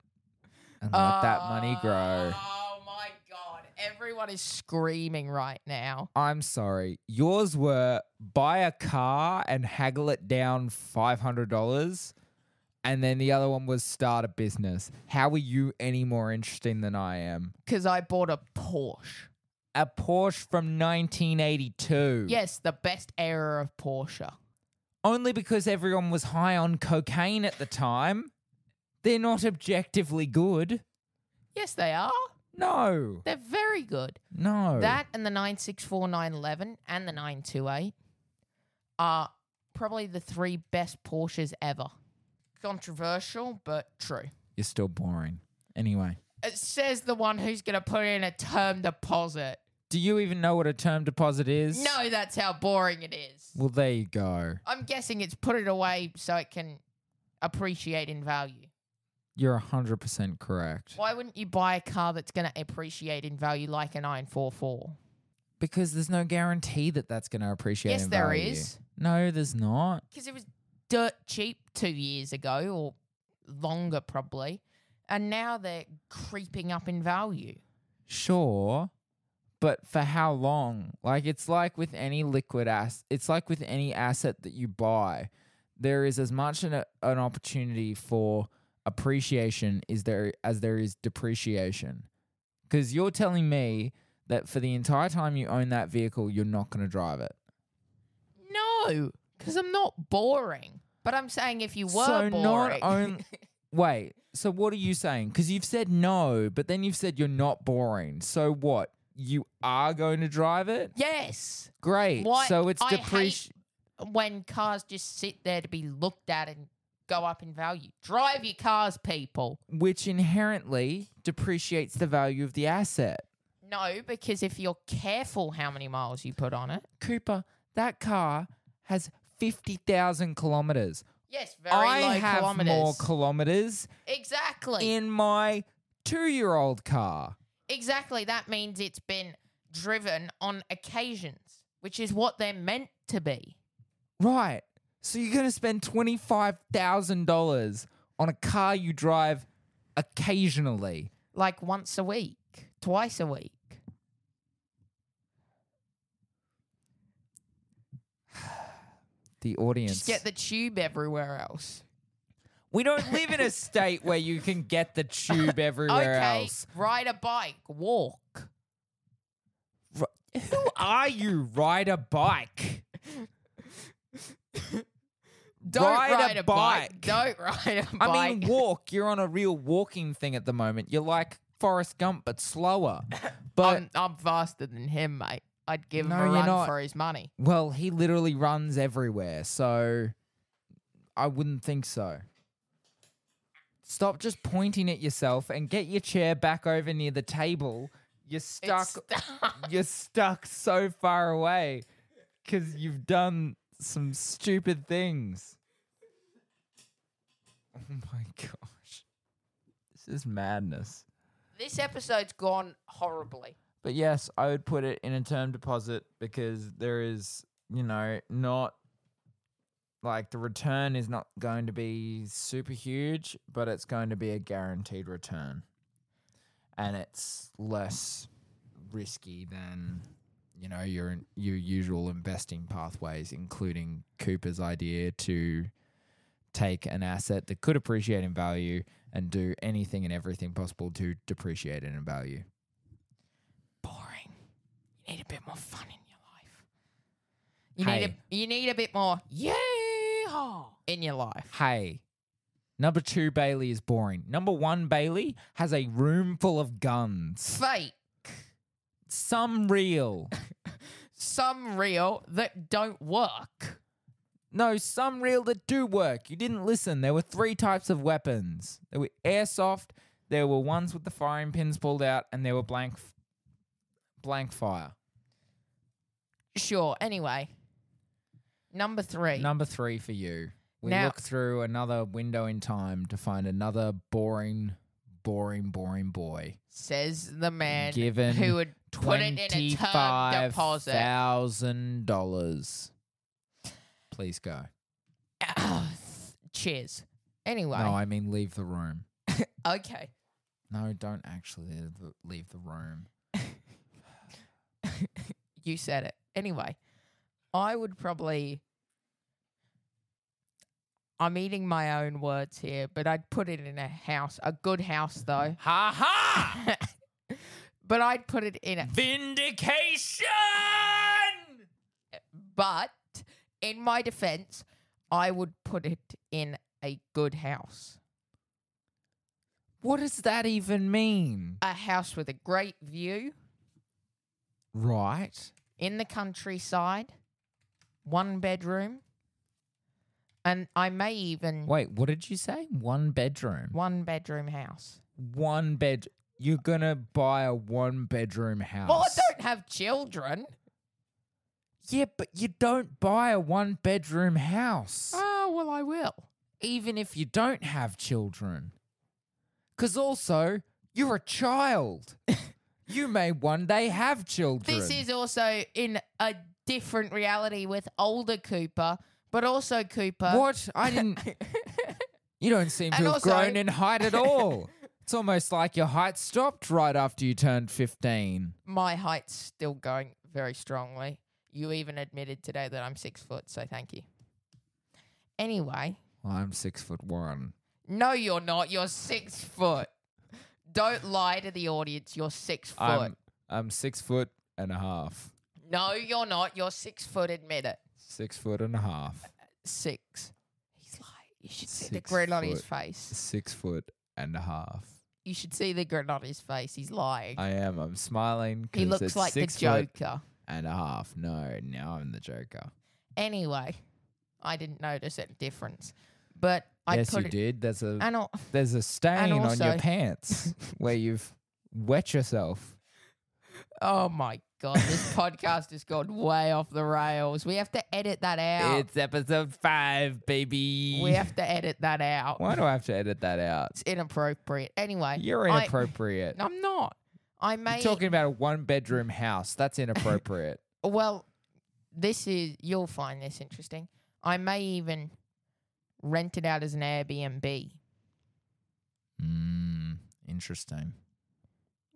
Speaker 1: and let that money grow.
Speaker 2: Oh my god! Everyone is screaming right now.
Speaker 1: I'm sorry. Yours were buy a car and haggle it down $500. And then the other one was start a business. How are you any more interesting than I am?
Speaker 2: because I bought a Porsche.
Speaker 1: A Porsche from 1982.
Speaker 2: Yes, the best era of Porsche.
Speaker 1: Only because everyone was high on cocaine at the time. They're not objectively good.
Speaker 2: Yes, they are.
Speaker 1: No.
Speaker 2: They're very good.
Speaker 1: No.
Speaker 2: That and the 964 911 and the 928 are probably the three best Porsches ever. Controversial, but true.
Speaker 1: You're still boring. Anyway,
Speaker 2: It says the one who's going to put in a term deposit.
Speaker 1: do you even know what a term deposit is?
Speaker 2: No, that's how boring it is.
Speaker 1: Well, there you go.
Speaker 2: I'm guessing it's put it away so it can appreciate in value.
Speaker 1: You're 100% correct.
Speaker 2: Why wouldn't you buy a car that's going to appreciate in value like a 944?
Speaker 1: Because there's no guarantee that that's going to appreciate
Speaker 2: Yes,
Speaker 1: in
Speaker 2: there
Speaker 1: value.
Speaker 2: is.
Speaker 1: No, there's not.
Speaker 2: Because it was dirt cheap two years ago or longer probably, and now they're creeping up in value.
Speaker 1: Sure, but for how long? Like it's like with any liquid ass, it's like with any asset that you buy. There is as much an, an opportunity for appreciation is there as there is depreciation. Cuz you're telling me that for the entire time you own that vehicle, you're not going to drive it.
Speaker 2: No, because I'm not boring. But I'm saying if you were
Speaker 1: so
Speaker 2: boring,
Speaker 1: not only Wait, so what are you saying? Cuz you've said no, but then you've said you're not boring. So what? You are going to drive it?
Speaker 2: yes,
Speaker 1: Great.
Speaker 2: Why-
Speaker 1: So it's
Speaker 2: I hate-
Speaker 1: depreciation.
Speaker 2: when cars just sit there to be looked at and go up in value. Drive your cars, people.
Speaker 1: which inherently depreciates the value of the asset.
Speaker 2: No, because if you're careful how many miles you put on it.
Speaker 1: Cooper, that car has 50,000 kilometers.
Speaker 2: Yes, very
Speaker 1: I
Speaker 2: low
Speaker 1: have
Speaker 2: kilometers.
Speaker 1: more kilometers
Speaker 2: exactly.
Speaker 1: in my two year old car.
Speaker 2: exactly. That means it's been driven on occasions, which is what they're meant to be.
Speaker 1: Right. So you're going to spend $25,000 on a car you drive occasionally.
Speaker 2: Like once a week, twice a week.
Speaker 1: The audience.
Speaker 2: Just get the tube everywhere else.
Speaker 1: we don't live in a state where you can get the tube everywhere
Speaker 2: okay,
Speaker 1: else.
Speaker 2: ride a bike, walk.
Speaker 1: Who are you? Ride a bike.
Speaker 2: Don't
Speaker 1: Ride
Speaker 2: ride,
Speaker 1: a
Speaker 2: a
Speaker 1: bike.
Speaker 2: bike. Don't ride a bike.
Speaker 1: I mean, walk. You're on a real walking thing at the moment. You're like Forrest Gump, but slower. But
Speaker 2: I'm, I'm faster than him, mate. I'd give
Speaker 1: No,
Speaker 2: him a
Speaker 1: you're
Speaker 2: run
Speaker 1: not.
Speaker 2: for his money.
Speaker 1: well, he literally runs everywhere, so I wouldn't think so. Stop just pointing at yourself and get your chair back over near the table. You're stuck.
Speaker 2: It's stuck.
Speaker 1: you're stuck so far away because you've done some stupid things. Oh my gosh. This is madness.
Speaker 2: This episode's gone horribly.
Speaker 1: But yes, I would put it in a term deposit because there is, you know, not like the return is not going to be super huge, but it's going to be a guaranteed return. And it's less risky than, you know, your your usual investing pathways, including Cooper's idea to take an asset that could appreciate in value and do anything and everything possible to depreciate it in value.
Speaker 2: Boring. You need a bit more fun in your life. You need
Speaker 1: Hey.
Speaker 2: a you need a bit more yeah in your life.
Speaker 1: hey, number two Bailey is boring. Number one Bailey has a room full of guns.
Speaker 2: Fake.
Speaker 1: Some real.
Speaker 2: Some real that don't work.
Speaker 1: No, some real that do work. You didn't listen. There were three types of weapons. There were airsoft, there were ones with the firing pins pulled out, and there were blank f- blank fire.
Speaker 2: Sure. Anyway. Number three.
Speaker 1: Number three for you. We
Speaker 2: Now-
Speaker 1: look through another window in time to find another boring, boring, boring boy.
Speaker 2: says the man
Speaker 1: Given
Speaker 2: who would put it in a term
Speaker 1: Twenty-five
Speaker 2: deposit.
Speaker 1: thousand dollars. Please go.
Speaker 2: Cheers. Anyway.
Speaker 1: No, I mean leave the room.
Speaker 2: okay.
Speaker 1: No, don't actually leave the- leave the room.
Speaker 2: You said it. Anyway, I would probably. I'm eating my own words here, but I'd put it in a house, a good house though.
Speaker 1: Ha ha!
Speaker 2: But I'd put it in a.
Speaker 1: Vindication.
Speaker 2: But in my defense, I would put it in a good house.
Speaker 1: What does that even mean?
Speaker 2: A house with a great view
Speaker 1: Right.
Speaker 2: in the countryside, one bedroom. And I may even.
Speaker 1: Wait, what did you say? One bedroom.
Speaker 2: One bedroom house.
Speaker 1: One bed. You're gonna buy a one bedroom house.
Speaker 2: Well, I don't have children.
Speaker 1: Yeah, but you don't buy a one bedroom house.
Speaker 2: Oh, well, I will.
Speaker 1: even if you don't have children. Because also, you're a child. you may one day have children.
Speaker 2: This is also in a different reality with older Cooper But also, Cooper.
Speaker 1: what? I didn't. You don't seem to
Speaker 2: And
Speaker 1: have
Speaker 2: also-
Speaker 1: grown in height at all. it's almost like your height stopped right after you turned 15.
Speaker 2: my height's still going very strongly. You even admitted today that I'm six foot, so thank you. Anyway,
Speaker 1: Well, I'm six foot one.
Speaker 2: no, you're not. You're six foot. Don't lie to the audience. You're six foot.
Speaker 1: I'm, I'm six foot and a half.
Speaker 2: No, you're not. You're six foot. Admit it.
Speaker 1: Six foot and a half.
Speaker 2: Six. He's lying. You should see the
Speaker 1: Six
Speaker 2: grin on his
Speaker 1: foot.
Speaker 2: face.
Speaker 1: Six foot and a half.
Speaker 2: You should see the grin on his face. He's lying.
Speaker 1: I am. I'm smiling.
Speaker 2: he
Speaker 1: 'cause
Speaker 2: looks
Speaker 1: it's
Speaker 2: like the
Speaker 1: six foot
Speaker 2: Joker.
Speaker 1: And a half. No, now I'm the Joker.
Speaker 2: Anyway, I didn't notice that difference, but I
Speaker 1: yes,
Speaker 2: put
Speaker 1: you
Speaker 2: it.
Speaker 1: did. There's a
Speaker 2: And I'll-
Speaker 1: there's a stain on
Speaker 2: also-
Speaker 1: your pants where you've wet yourself.
Speaker 2: Oh my god, this podcast has gone way off the rails. We have to edit that out.
Speaker 1: It's episode five, baby.
Speaker 2: we have to edit that out.
Speaker 1: Why do I have to edit that out?
Speaker 2: It's inappropriate. Anyway,
Speaker 1: You're
Speaker 2: I-
Speaker 1: inappropriate.
Speaker 2: I'm not. I
Speaker 1: You're
Speaker 2: made
Speaker 1: talking about a one bedroom house. That's inappropriate.
Speaker 2: well. This is you'll find this interesting. I may even rent it out as an Airbnb. Hmm,
Speaker 1: mm, interesting.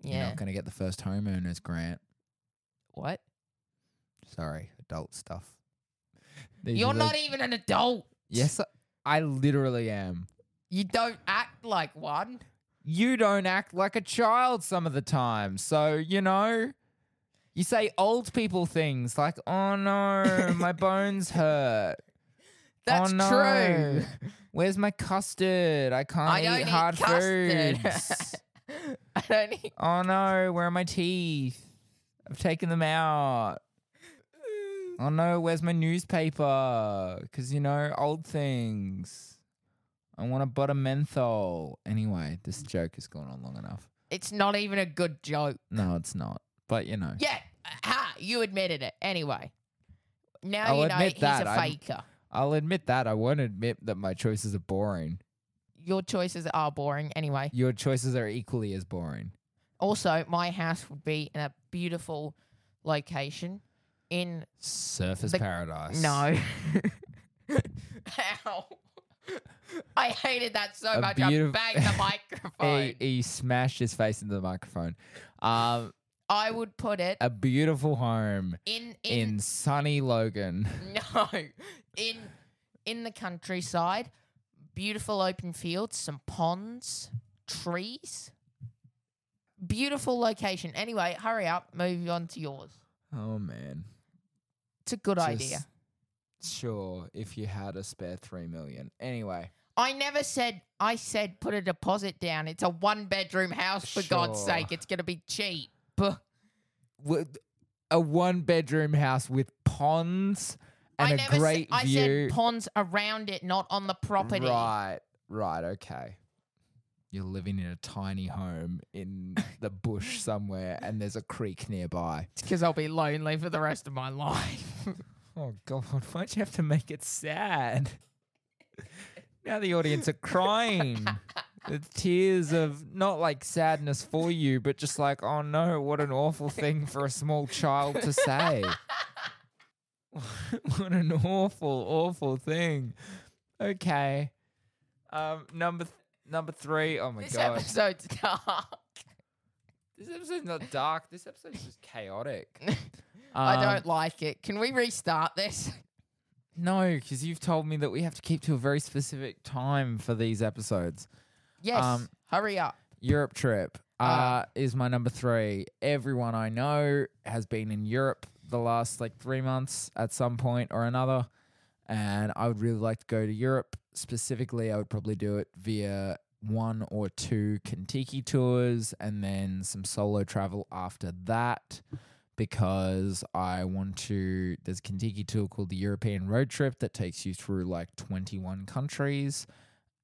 Speaker 1: You're
Speaker 2: Yeah.
Speaker 1: not going to get the first homeowners grant.
Speaker 2: What?
Speaker 1: Sorry, adult stuff. These
Speaker 2: You're
Speaker 1: are the-
Speaker 2: not even an adult.
Speaker 1: Yes, I- I literally am.
Speaker 2: You don't act like one.
Speaker 1: You don't act like a child some of the time. So, you know, you say old people things like, oh no, my bones hurt.
Speaker 2: That's
Speaker 1: oh, no.
Speaker 2: true.
Speaker 1: Where's my custard? I can't
Speaker 2: I don't
Speaker 1: eat
Speaker 2: eat
Speaker 1: hard
Speaker 2: custard.
Speaker 1: foods.
Speaker 2: I don't e, need
Speaker 1: oh no, where are my teeth? I've taken them out. Oh no, where's my newspaper? Because you know, old things. I want a butter menthol. Anyway, this joke has gone on long enough.
Speaker 2: It's not even a good joke.
Speaker 1: No, it's not. But you know,
Speaker 2: Yeah, ha! You admitted it anyway. Now
Speaker 1: I'll
Speaker 2: you know
Speaker 1: admit
Speaker 2: he's
Speaker 1: that.
Speaker 2: a
Speaker 1: I'm-
Speaker 2: faker.
Speaker 1: I'll admit that. I won't admit that my choices are boring.
Speaker 2: Your choices are boring anyway.
Speaker 1: Your choices are equally as boring.
Speaker 2: Also, my house would be in a beautiful location. In
Speaker 1: Surface
Speaker 2: The-
Speaker 1: paradise.
Speaker 2: no, ow! I hated that so
Speaker 1: A
Speaker 2: much.
Speaker 1: beautif-
Speaker 2: I banged the microphone.
Speaker 1: He, he smashed his face into the microphone. Um,
Speaker 2: I would put it
Speaker 1: a beautiful home
Speaker 2: in in
Speaker 1: in sunny Logan.
Speaker 2: No, in in the countryside, beautiful open fields, some ponds, trees, beautiful location. Anyway, hurry up, move on to yours.
Speaker 1: Oh man.
Speaker 2: It's a good idea.
Speaker 1: Just- Sure, if you had a spare three million. Anyway,
Speaker 2: I never said I said put a deposit down. It's a one bedroom house for God's
Speaker 1: Sure.
Speaker 2: sake. It's gonna be cheap. But
Speaker 1: with a one-bedroom house with ponds and
Speaker 2: I
Speaker 1: a
Speaker 2: never
Speaker 1: great
Speaker 2: said, I
Speaker 1: view.
Speaker 2: said ponds around it, not on the property.
Speaker 1: Right, right, okay. You're living in a tiny home in the bush somewhere, and there's a creek nearby.
Speaker 2: It's because I'll be lonely for the rest of my life.
Speaker 1: Oh God, why'd you have to make it sad? now the audience are crying. with tears of not like sadness for you, but just like, oh no, what an awful thing for a small child to say. what an awful, awful thing. Okay. Um, number th- number three. Oh my
Speaker 2: this
Speaker 1: god.
Speaker 2: episode's dark.
Speaker 1: This episode's not dark. This episode's just chaotic.
Speaker 2: I
Speaker 1: Um,
Speaker 2: don't like it. Can we restart this?
Speaker 1: No, because you've told me that we have to keep to a very specific time for these episodes.
Speaker 2: Yes.
Speaker 1: um,
Speaker 2: hurry up.
Speaker 1: Europe trip uh,
Speaker 2: Uh,
Speaker 1: is my number three. Everyone I know has been in Europe the last like three months at some point or another. And I would really like to go to Europe. Specifically, I would probably do it via one or two Kentucky tours and then some solo travel after that because I want to. There's a Kentucky tour called the European Road Trip that takes you through like 21 countries.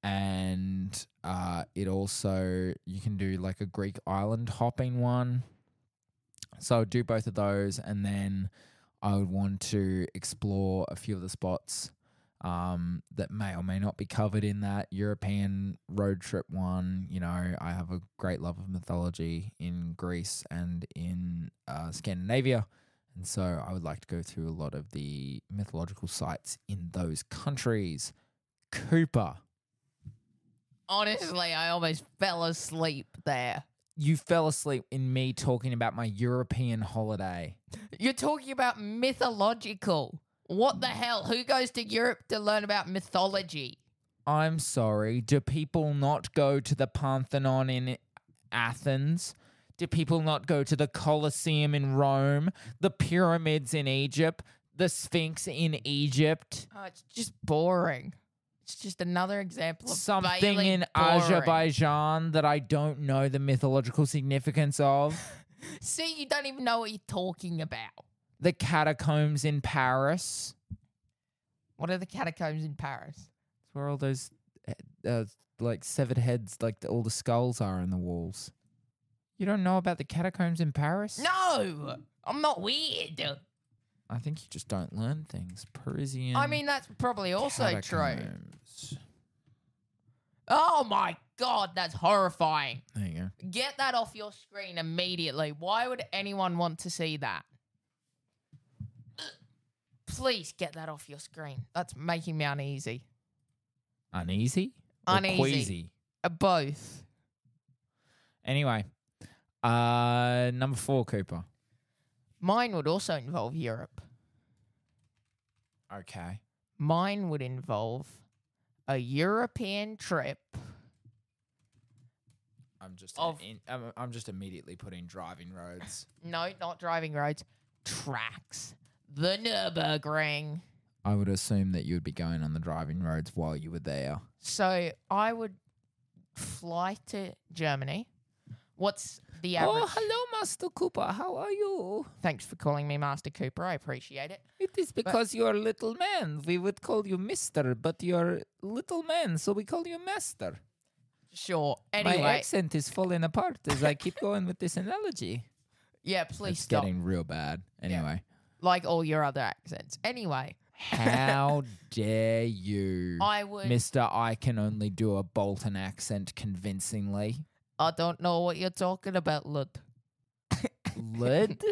Speaker 1: And uh, it also, you can do like a Greek island hopping one. So I'll do both of those. And then I would want to explore a few of the spots um, that may or may not be covered in that European road trip one. You know, I have a great love of mythology in Greece and in uh, Scandinavia, And so I would like to go through a lot of the mythological sites in those countries. Cooper,
Speaker 2: Honestly, I almost fell asleep there.
Speaker 1: you fell asleep in me talking about my European holiday.
Speaker 2: You're talking about mythological. What the hell? Who goes to Europe to learn about mythology?
Speaker 1: I'm sorry. Do people not go to the Parthenon in Athens? Do people not go to the Colosseum in Rome? The pyramids in Egypt? The Sphinx in Egypt?
Speaker 2: Oh, it's just boring. It's just another example of
Speaker 1: Something
Speaker 2: Bailey
Speaker 1: in
Speaker 2: boring.
Speaker 1: Azerbaijan that I don't know the mythological significance of?
Speaker 2: See, you don't even know what you're talking about.
Speaker 1: The catacombs in Paris?
Speaker 2: What are the catacombs in Paris?
Speaker 1: It's where all those uh, uh, like severed heads, like the, all the skulls are in the walls. You don't know about the catacombs in Paris?
Speaker 2: No, I'm not weird.
Speaker 1: I think you just don't learn things. Parisian.
Speaker 2: I mean, that's probably also true.
Speaker 1: catacombs.
Speaker 2: Oh my god, that's horrifying.
Speaker 1: There you go.
Speaker 2: Get that off your screen immediately. Why would anyone want to see that? Please get that off your screen. That's making me uneasy.
Speaker 1: Uneasy. Or
Speaker 2: Uneasy.
Speaker 1: queasy?
Speaker 2: Uh, both.
Speaker 1: Anyway, uh, number four, Cooper.
Speaker 2: Mine would also involve Europe.
Speaker 1: Okay.
Speaker 2: Mine would involve a European trip.
Speaker 1: I'm just
Speaker 2: Of-
Speaker 1: in, I'm, I'm just immediately putting driving roads.
Speaker 2: No, not driving roads. Tracks. The Nürburgring.
Speaker 1: I would assume that you would be going on the driving roads while you were there.
Speaker 2: So I would fly to Germany. What's the
Speaker 1: Oh,
Speaker 2: average?
Speaker 1: hello, Master Cooper. How are you?
Speaker 2: Thanks for calling me Master Cooper. I appreciate it.
Speaker 1: It is because you're a little man. We would call you Mister, but you're little man, so we call you Master.
Speaker 2: Sure. Anyway,
Speaker 1: accent is falling apart as I keep going with this analogy.
Speaker 2: yeah, please
Speaker 1: it's
Speaker 2: stop.
Speaker 1: getting real bad. Anyway,
Speaker 2: Like all your other accents. Anyway,
Speaker 1: how dare you,
Speaker 2: I would.
Speaker 1: Mister? I can only do a Bolton accent convincingly.
Speaker 2: I don't know what you're talking about, Lud.
Speaker 1: Lid?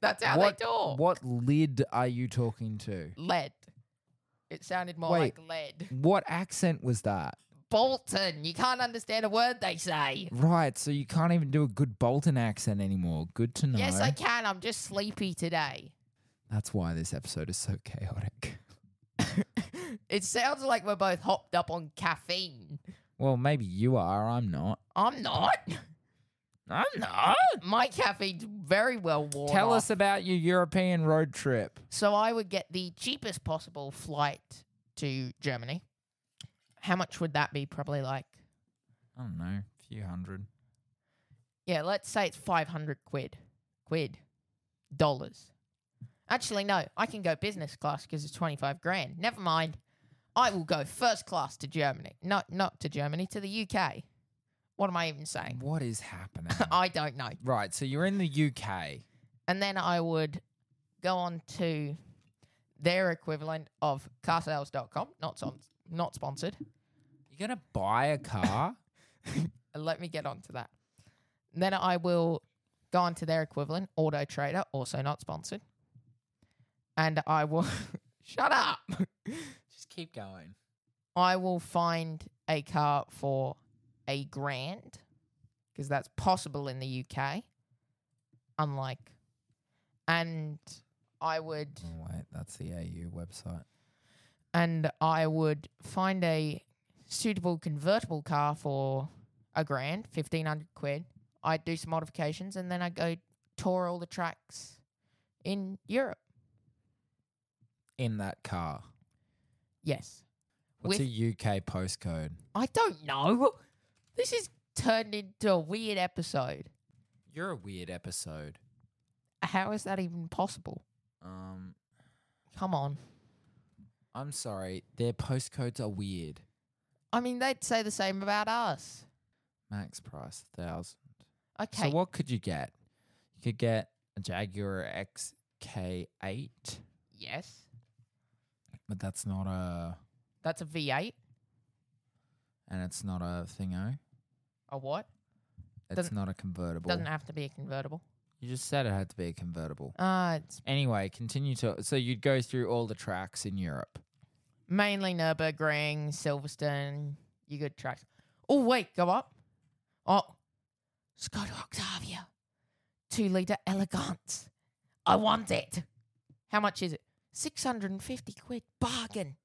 Speaker 2: That's how
Speaker 1: what?
Speaker 2: they talk.
Speaker 1: What lid are you talking to?
Speaker 2: Lead. It sounded more
Speaker 1: Wait.
Speaker 2: like lead.
Speaker 1: What accent was that?
Speaker 2: Bolton. You can't understand a word they say.
Speaker 1: Right, so you can't even do a good Bolton accent anymore. Good to know.
Speaker 2: Yes, I can. I'm just sleepy today.
Speaker 1: That's why this episode is so chaotic.
Speaker 2: It sounds like we're both hopped up on caffeine.
Speaker 1: Well, maybe you are. I'm not.
Speaker 2: I'm not.
Speaker 1: I'm not.
Speaker 2: My caffeine's very well worn.
Speaker 1: Oh. Tell
Speaker 2: off.
Speaker 1: us about your European road trip.
Speaker 2: So I would get the cheapest possible flight to Germany. How much would that be? Probably like,
Speaker 1: I don't know, a few hundred.
Speaker 2: yeah, let's say it's 500 quid. Quid. Dollars. Actually, no, I can go business class because it's 25 grand. Never mind. I will go first class to Germany. Not, not to Germany, to the UK. What am I even saying?
Speaker 1: What is happening?
Speaker 2: I don't know.
Speaker 1: right, so you're in the UK.
Speaker 2: And then I would go on to their equivalent of carsales.com. Not, son- not sponsored.
Speaker 1: You're going to buy a car?
Speaker 2: Uh, let me get on to that. Then I will go on to their equivalent, Auto Trader, also not sponsored. And I will shut up.
Speaker 1: Just keep going.
Speaker 2: I will find a car for a grand because that's possible in the UK. Unlike, and I would
Speaker 1: Oh, wait, that's the AU website.
Speaker 2: and I would find a suitable convertible car for a grand, fifteen hundred quid. I'd do some modifications and then I'd go tour all the tracks in Europe.
Speaker 1: In that car.
Speaker 2: Yes.
Speaker 1: What's
Speaker 2: With-
Speaker 1: a UK postcode?
Speaker 2: I don't know. This is turned into a weird episode.
Speaker 1: You're a weird episode.
Speaker 2: How is that even possible?
Speaker 1: Um,
Speaker 2: Come on.
Speaker 1: I'm sorry, their postcodes are weird.
Speaker 2: I mean, they'd say the same about us.
Speaker 1: Max price, thousand.
Speaker 2: Okay.
Speaker 1: So what could you get? You could get a Jaguar XK8,
Speaker 2: yes.
Speaker 1: but that's not a
Speaker 2: That's a V8.
Speaker 1: and it's not a thingo.
Speaker 2: A what?
Speaker 1: It's
Speaker 2: Doesn't-
Speaker 1: not a convertible.
Speaker 2: Doesn't have to be a convertible.
Speaker 1: You just said it had to be a convertible.
Speaker 2: Uh, it's
Speaker 1: Anyway, continue to. So you'd go through all the tracks in Europe.
Speaker 2: mainly Nurburgring, Silverstone. You good tracks. Oh wait, go up. Oh, Scott Octavia, two liter elegant. I want it. How much is it? Six hundred and fifty quid bargain.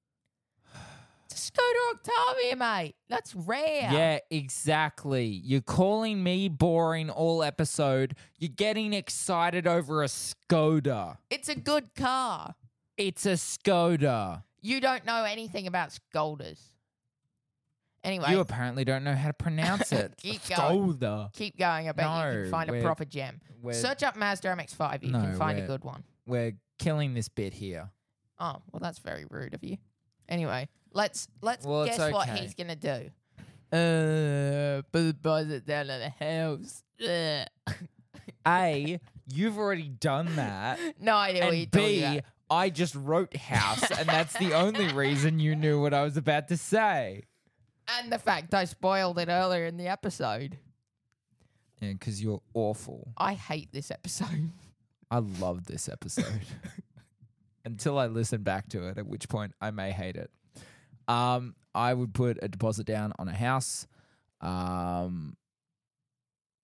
Speaker 2: It's a Skoda Octavia, mate. That's rare.
Speaker 1: Yeah, exactly. You're calling me boring all episode. You're getting excited over a Skoda.
Speaker 2: It's a good car.
Speaker 1: It's a Skoda.
Speaker 2: You don't know anything about Skodas. Anyway,
Speaker 1: You apparently don't know how to pronounce it.
Speaker 2: Keep going.
Speaker 1: Skoda.
Speaker 2: keep going. I bet you
Speaker 1: No,
Speaker 2: can find a
Speaker 1: we're-
Speaker 2: proper gem.
Speaker 1: We're,
Speaker 2: Search up Mazda MX-5. You
Speaker 1: No,
Speaker 2: can find a
Speaker 1: we're-
Speaker 2: good one.
Speaker 1: we're killing this bit here.
Speaker 2: Oh, well, that's very rude of you. Anyway, let's let's
Speaker 1: Well, it's
Speaker 2: guess what
Speaker 1: okay.
Speaker 2: he's gonna do. Uh, but buys it down at the house. Ugh.
Speaker 1: A, you've already done that.
Speaker 2: no idea what you're
Speaker 1: and
Speaker 2: talking
Speaker 1: B,
Speaker 2: about.
Speaker 1: I just wrote house, and that's the only reason you knew what I was about to say.
Speaker 2: And the fact I spoiled it earlier in the episode.
Speaker 1: Yeah, because you're awful.
Speaker 2: I hate this episode.
Speaker 1: I love this episode until I listen back to it, at which point I may hate it. Um, I would put a deposit down on a house. Um,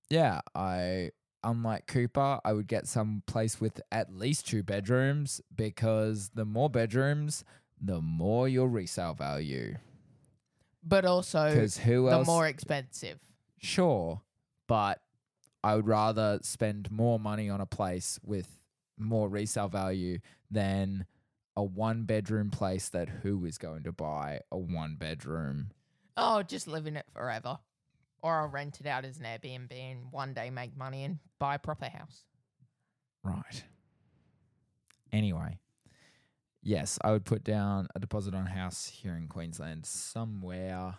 Speaker 1: yeah, I unlike Cooper, I would get some place with at least two bedrooms because the more bedrooms, the more your resale value.
Speaker 2: But also
Speaker 1: Because who
Speaker 2: the
Speaker 1: else?
Speaker 2: more expensive.
Speaker 1: sure, but I would rather spend more money on a place with more resale value than a one bedroom place that who is going to buy a one bedroom.
Speaker 2: Oh, just live in it forever. Or I'll rent it out as an Airbnb and one day make money and buy a proper house.
Speaker 1: Right. Anyway, yes, I would put down a deposit on a house here in Queensland somewhere.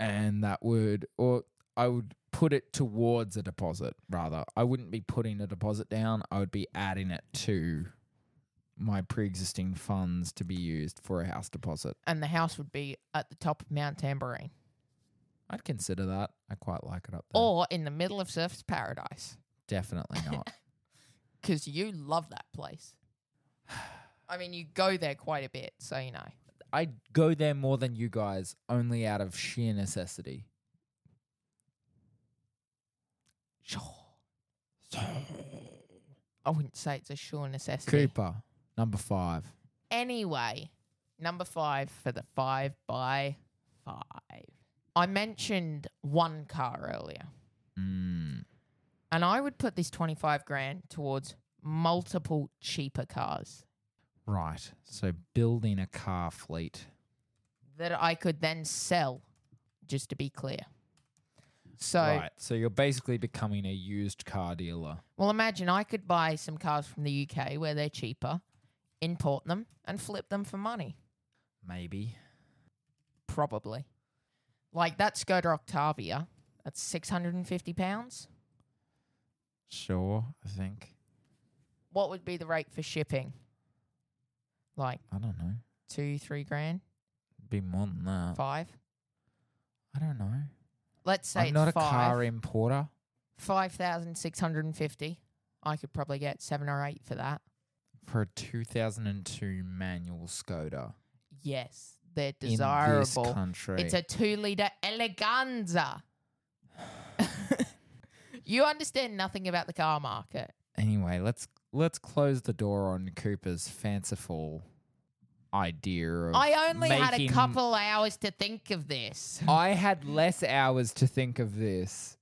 Speaker 1: And that would, or I would put it towards a deposit rather. I wouldn't be putting a deposit down, I would be adding it to my pre existing funds to be used for a house deposit.
Speaker 2: And the house would be at the top of Mount Tambourine.
Speaker 1: I'd consider that. I quite like it up there.
Speaker 2: or in the middle of Surface Paradise
Speaker 1: Definitely not.
Speaker 2: because you love that place. I mean, you go there quite a bit, so you know.
Speaker 1: I'd go there more than you guys, only out of sheer necessity.
Speaker 2: Sure. I wouldn't say it's a sure necessity.
Speaker 1: Cooper, number five.
Speaker 2: Anyway, number five for the five by five. I mentioned one car earlier,
Speaker 1: Mm.
Speaker 2: and I would put this 25 grand towards multiple cheaper cars
Speaker 1: Right. So building a car fleet.
Speaker 2: that I could then sell, just to be clear. So.
Speaker 1: right. So you're basically becoming a used car dealer.
Speaker 2: Well, imagine I could buy some cars from the UK where they're cheaper, import them, and flip them for money.
Speaker 1: Maybe.
Speaker 2: Probably. Like that Skoda Octavia, that's six hundred and fifty pounds.
Speaker 1: Sure. I think.
Speaker 2: What would be the rate for shipping? Like
Speaker 1: I don't know.
Speaker 2: two, three grand,
Speaker 1: Be more than that.
Speaker 2: five.
Speaker 1: I don't know.
Speaker 2: Let's say
Speaker 1: I'm
Speaker 2: it's
Speaker 1: not a
Speaker 2: five.
Speaker 1: car importer.
Speaker 2: five thousand six hundred and fifty. I could probably get seven or eight for that.
Speaker 1: For a 2002 manual Skoda
Speaker 2: Yes, they're
Speaker 1: in this
Speaker 2: desirable.
Speaker 1: country,
Speaker 2: It's a two liter eleganza. you understand nothing about the car market.
Speaker 1: anyway, let's let's close the door on Cooper's fanciful idea of
Speaker 2: I only had a
Speaker 1: making-
Speaker 2: couple hours to think of this.
Speaker 1: I had less hours to think of this.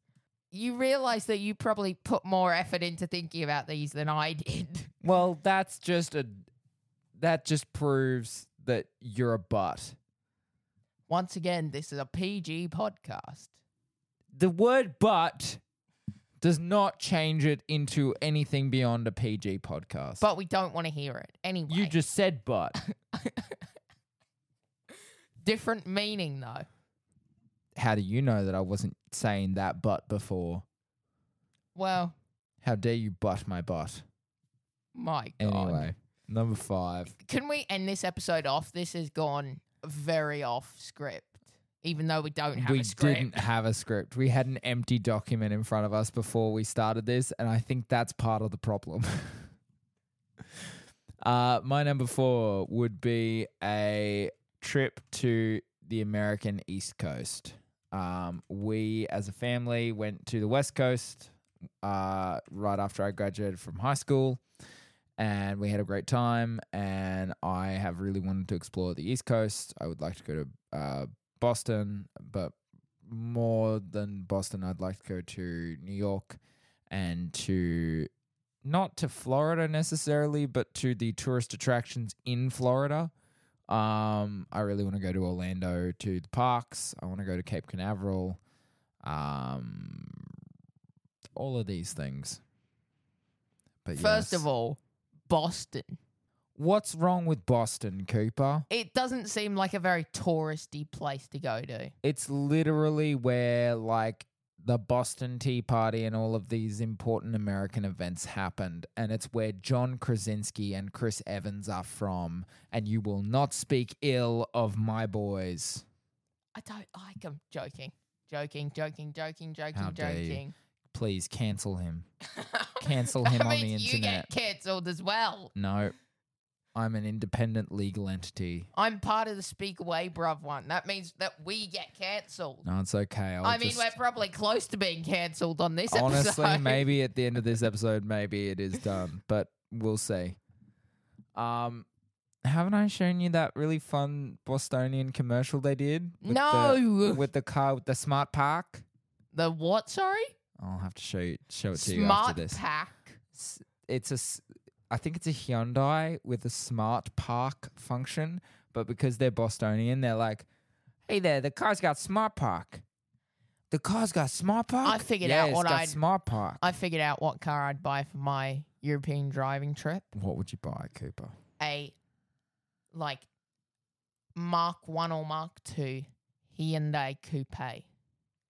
Speaker 2: You realize that you probably put more effort into thinking about these than I did.
Speaker 1: Well, that's just a that just proves that you're a butt.
Speaker 2: Once again, this is a PG podcast.
Speaker 1: The word butt does not change it into anything beyond a PG podcast.
Speaker 2: But we don't want to hear it anyway.
Speaker 1: you just said butt.
Speaker 2: different meaning though.
Speaker 1: How do you know that I wasn't saying that butt before?
Speaker 2: Well,
Speaker 1: How dare you butt my butt?
Speaker 2: my god.
Speaker 1: Anyway, number five.
Speaker 2: Can we end this episode off? This has gone very off script. even though we don't have
Speaker 1: we
Speaker 2: a script.
Speaker 1: didn't have a script. We had an empty document in front of us before we started this, and I think that's part of the problem. uh, my number four would be a trip to the American East Coast. Um, we, as a family, went to the West Coast uh, right after I graduated from high school. And we had a great time, and I have really wanted to explore the East Coast. I would like to go to uh, Boston, but more than Boston, I'd like to go to New York and to not to Florida necessarily, but to the tourist attractions in Florida. Um, I really want to go to Orlando to the parks. I want to go to Cape Canaveral. Um, all of these things. But
Speaker 2: First
Speaker 1: yes.
Speaker 2: of all, Boston.
Speaker 1: what's wrong with Boston, Cooper?
Speaker 2: It doesn't seem like a very touristy place to go to.
Speaker 1: It's literally where like the Boston Tea Party and all of these important American events happened. And it's where John Krasinski and Chris Evans are from. And you will not speak ill of my boys.
Speaker 2: I don't like them. Joking. Joking, joking, joking, joking,
Speaker 1: How dare you.
Speaker 2: joking.
Speaker 1: Please cancel him. Cancel him
Speaker 2: That
Speaker 1: on the
Speaker 2: means You
Speaker 1: internet.
Speaker 2: get cancelled as well.
Speaker 1: No, I'm an independent legal entity.
Speaker 2: I'm part of the Speak Away Bruv one. That means that we get cancelled.
Speaker 1: No, it's okay. I'll
Speaker 2: I mean,
Speaker 1: just-
Speaker 2: we're probably close to being cancelled on this
Speaker 1: Honestly,
Speaker 2: episode.
Speaker 1: maybe at the end of this episode, maybe it is done, but we'll see. Um, haven't I shown you that really fun Bostonian commercial they did? with
Speaker 2: No.
Speaker 1: the, with the car with the smart park.
Speaker 2: the what, sorry?
Speaker 1: I'll have to show you, show it to you
Speaker 2: Smart
Speaker 1: after this.
Speaker 2: pack.
Speaker 1: S- It's a, s- I think it's a Hyundai with a smart park function, but because they're Bostonian, they're like, "Hey there, the car's got smart park." The car's got smart park.
Speaker 2: figured
Speaker 1: yeah,
Speaker 2: out
Speaker 1: it's
Speaker 2: what
Speaker 1: got
Speaker 2: I'd-
Speaker 1: smart park.
Speaker 2: I figured out what car I'd buy for my European driving trip.
Speaker 1: What would you buy, Cooper?
Speaker 2: A like Mark One or Mark Two Hyundai Coupe,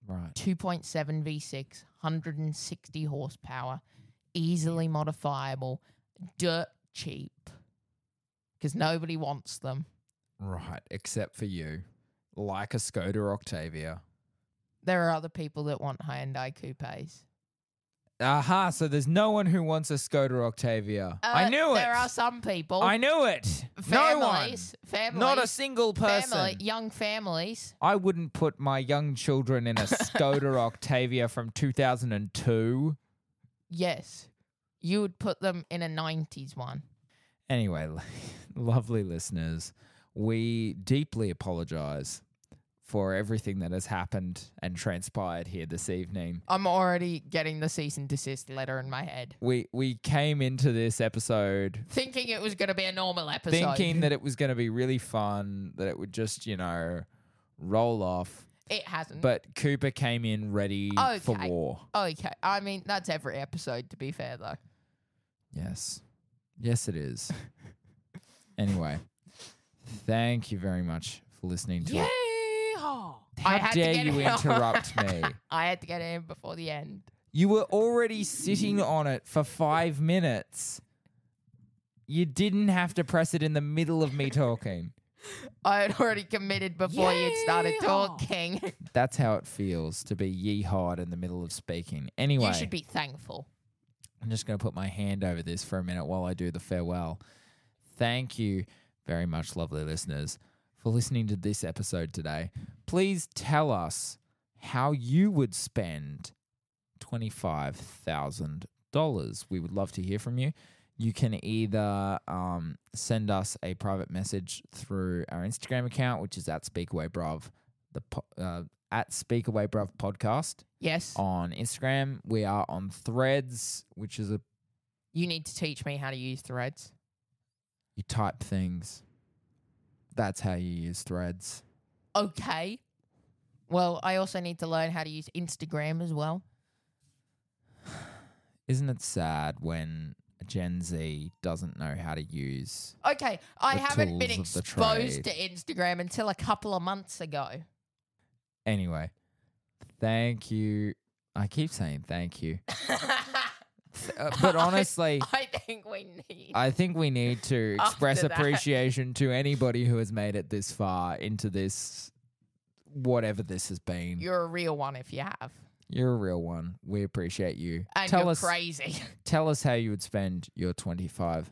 Speaker 1: Right.
Speaker 2: two point seven V six, hundred and sixty horsepower, easily modifiable, dirt cheap, because nobody wants them.
Speaker 1: Right. Except for you. Like a Skoda Octavia.
Speaker 2: There are other people that want Hyundai coupes.
Speaker 1: Aha, so there's no one who wants a Skoda Octavia. I
Speaker 2: Uh,
Speaker 1: knew it.
Speaker 2: There are some people.
Speaker 1: I knew it. no one.
Speaker 2: families, families,
Speaker 1: Not a single person.
Speaker 2: family, young families.
Speaker 1: I wouldn't put my young children in a Skoda Octavia from 2002.
Speaker 2: Yes. You would put them in a 90s one.
Speaker 1: Anyway, l- lovely listeners, we deeply apologize for everything that has happened and transpired here this evening.
Speaker 2: I'm already getting the cease and desist letter in my head,
Speaker 1: We we came into this episode
Speaker 2: thinking it was going to be a normal episode.
Speaker 1: thinking that it was going to be really fun, that it would just, you know, roll off.
Speaker 2: it hasn't.
Speaker 1: But Cooper came in ready for
Speaker 2: Mm-hmm. Okay.
Speaker 1: war.
Speaker 2: okay. I mean, that's every episode, to be fair, though.
Speaker 1: Yes. Yes, it is. anyway, thank you very much for listening to it.
Speaker 2: Yeehaw!
Speaker 1: How dare you
Speaker 2: it out.
Speaker 1: interrupt me?
Speaker 2: I had to get in before the end.
Speaker 1: You were already sitting on it for five minutes. You didn't have to press it in the middle of me talking.
Speaker 2: I had already committed before you'd started
Speaker 3: Yeehaw.
Speaker 2: talking.
Speaker 1: That's how it feels to be yeehawed in the middle of speaking. Anyway,
Speaker 2: you should be thankful.
Speaker 1: I'm just going to put my hand over this for a minute while I do the farewell. Thank you very much, lovely listeners, for listening to this episode today. Please tell us how you would spend $25,000. We would love to hear from you. You can either um, send us a private message through our Instagram account, which is at SpeakAwayBruv, the po- uh, at SpeakAwayBruv podcast
Speaker 2: Yes.
Speaker 1: on Instagram. We are on Threads, which is a
Speaker 2: You need to teach me how to use threads.
Speaker 1: you type things. That's how you use Threads.
Speaker 2: Okay. Well, I also need to learn how to use Instagram as well.
Speaker 1: Isn't it sad when a Gen Z doesn't know how to use?
Speaker 2: Okay, I
Speaker 1: The
Speaker 2: haven't been
Speaker 1: tools of the trade.
Speaker 2: exposed to Instagram until a couple of months ago.
Speaker 1: Anyway, thank you. I keep saying thank you,
Speaker 2: I
Speaker 1: Th- uh, but honestly,
Speaker 2: think we need.
Speaker 1: I think we need to
Speaker 2: After
Speaker 1: express
Speaker 2: that.
Speaker 1: appreciation to anybody who has made it this far into this whatever this has been. You're,
Speaker 2: You're a real one if you have.
Speaker 1: a real one. We appreciate you.
Speaker 2: And
Speaker 1: tell
Speaker 2: you're
Speaker 1: us,
Speaker 2: crazy.
Speaker 1: tell us how you would spend your twenty-five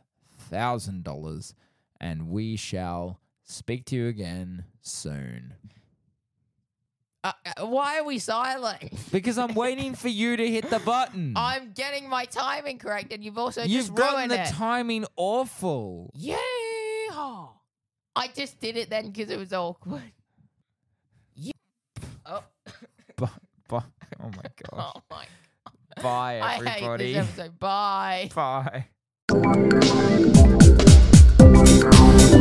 Speaker 1: thousand dollars, and we shall speak to you again soon.
Speaker 2: Uh, uh, why are we silent?
Speaker 1: Because I'm waiting for you to hit the button.
Speaker 2: I'm getting my timing correct, and you've also
Speaker 1: You've
Speaker 2: just
Speaker 1: gotten
Speaker 2: ruined
Speaker 1: the
Speaker 2: it.
Speaker 1: timing awful.
Speaker 2: Yeehaw! I just did it then because it was awkward. Yep. Oh,
Speaker 1: Bu- bu- oh my gosh.
Speaker 2: oh my!
Speaker 1: Bye,
Speaker 2: I hate
Speaker 1: everybody.
Speaker 2: this episode. Bye.
Speaker 1: Bye.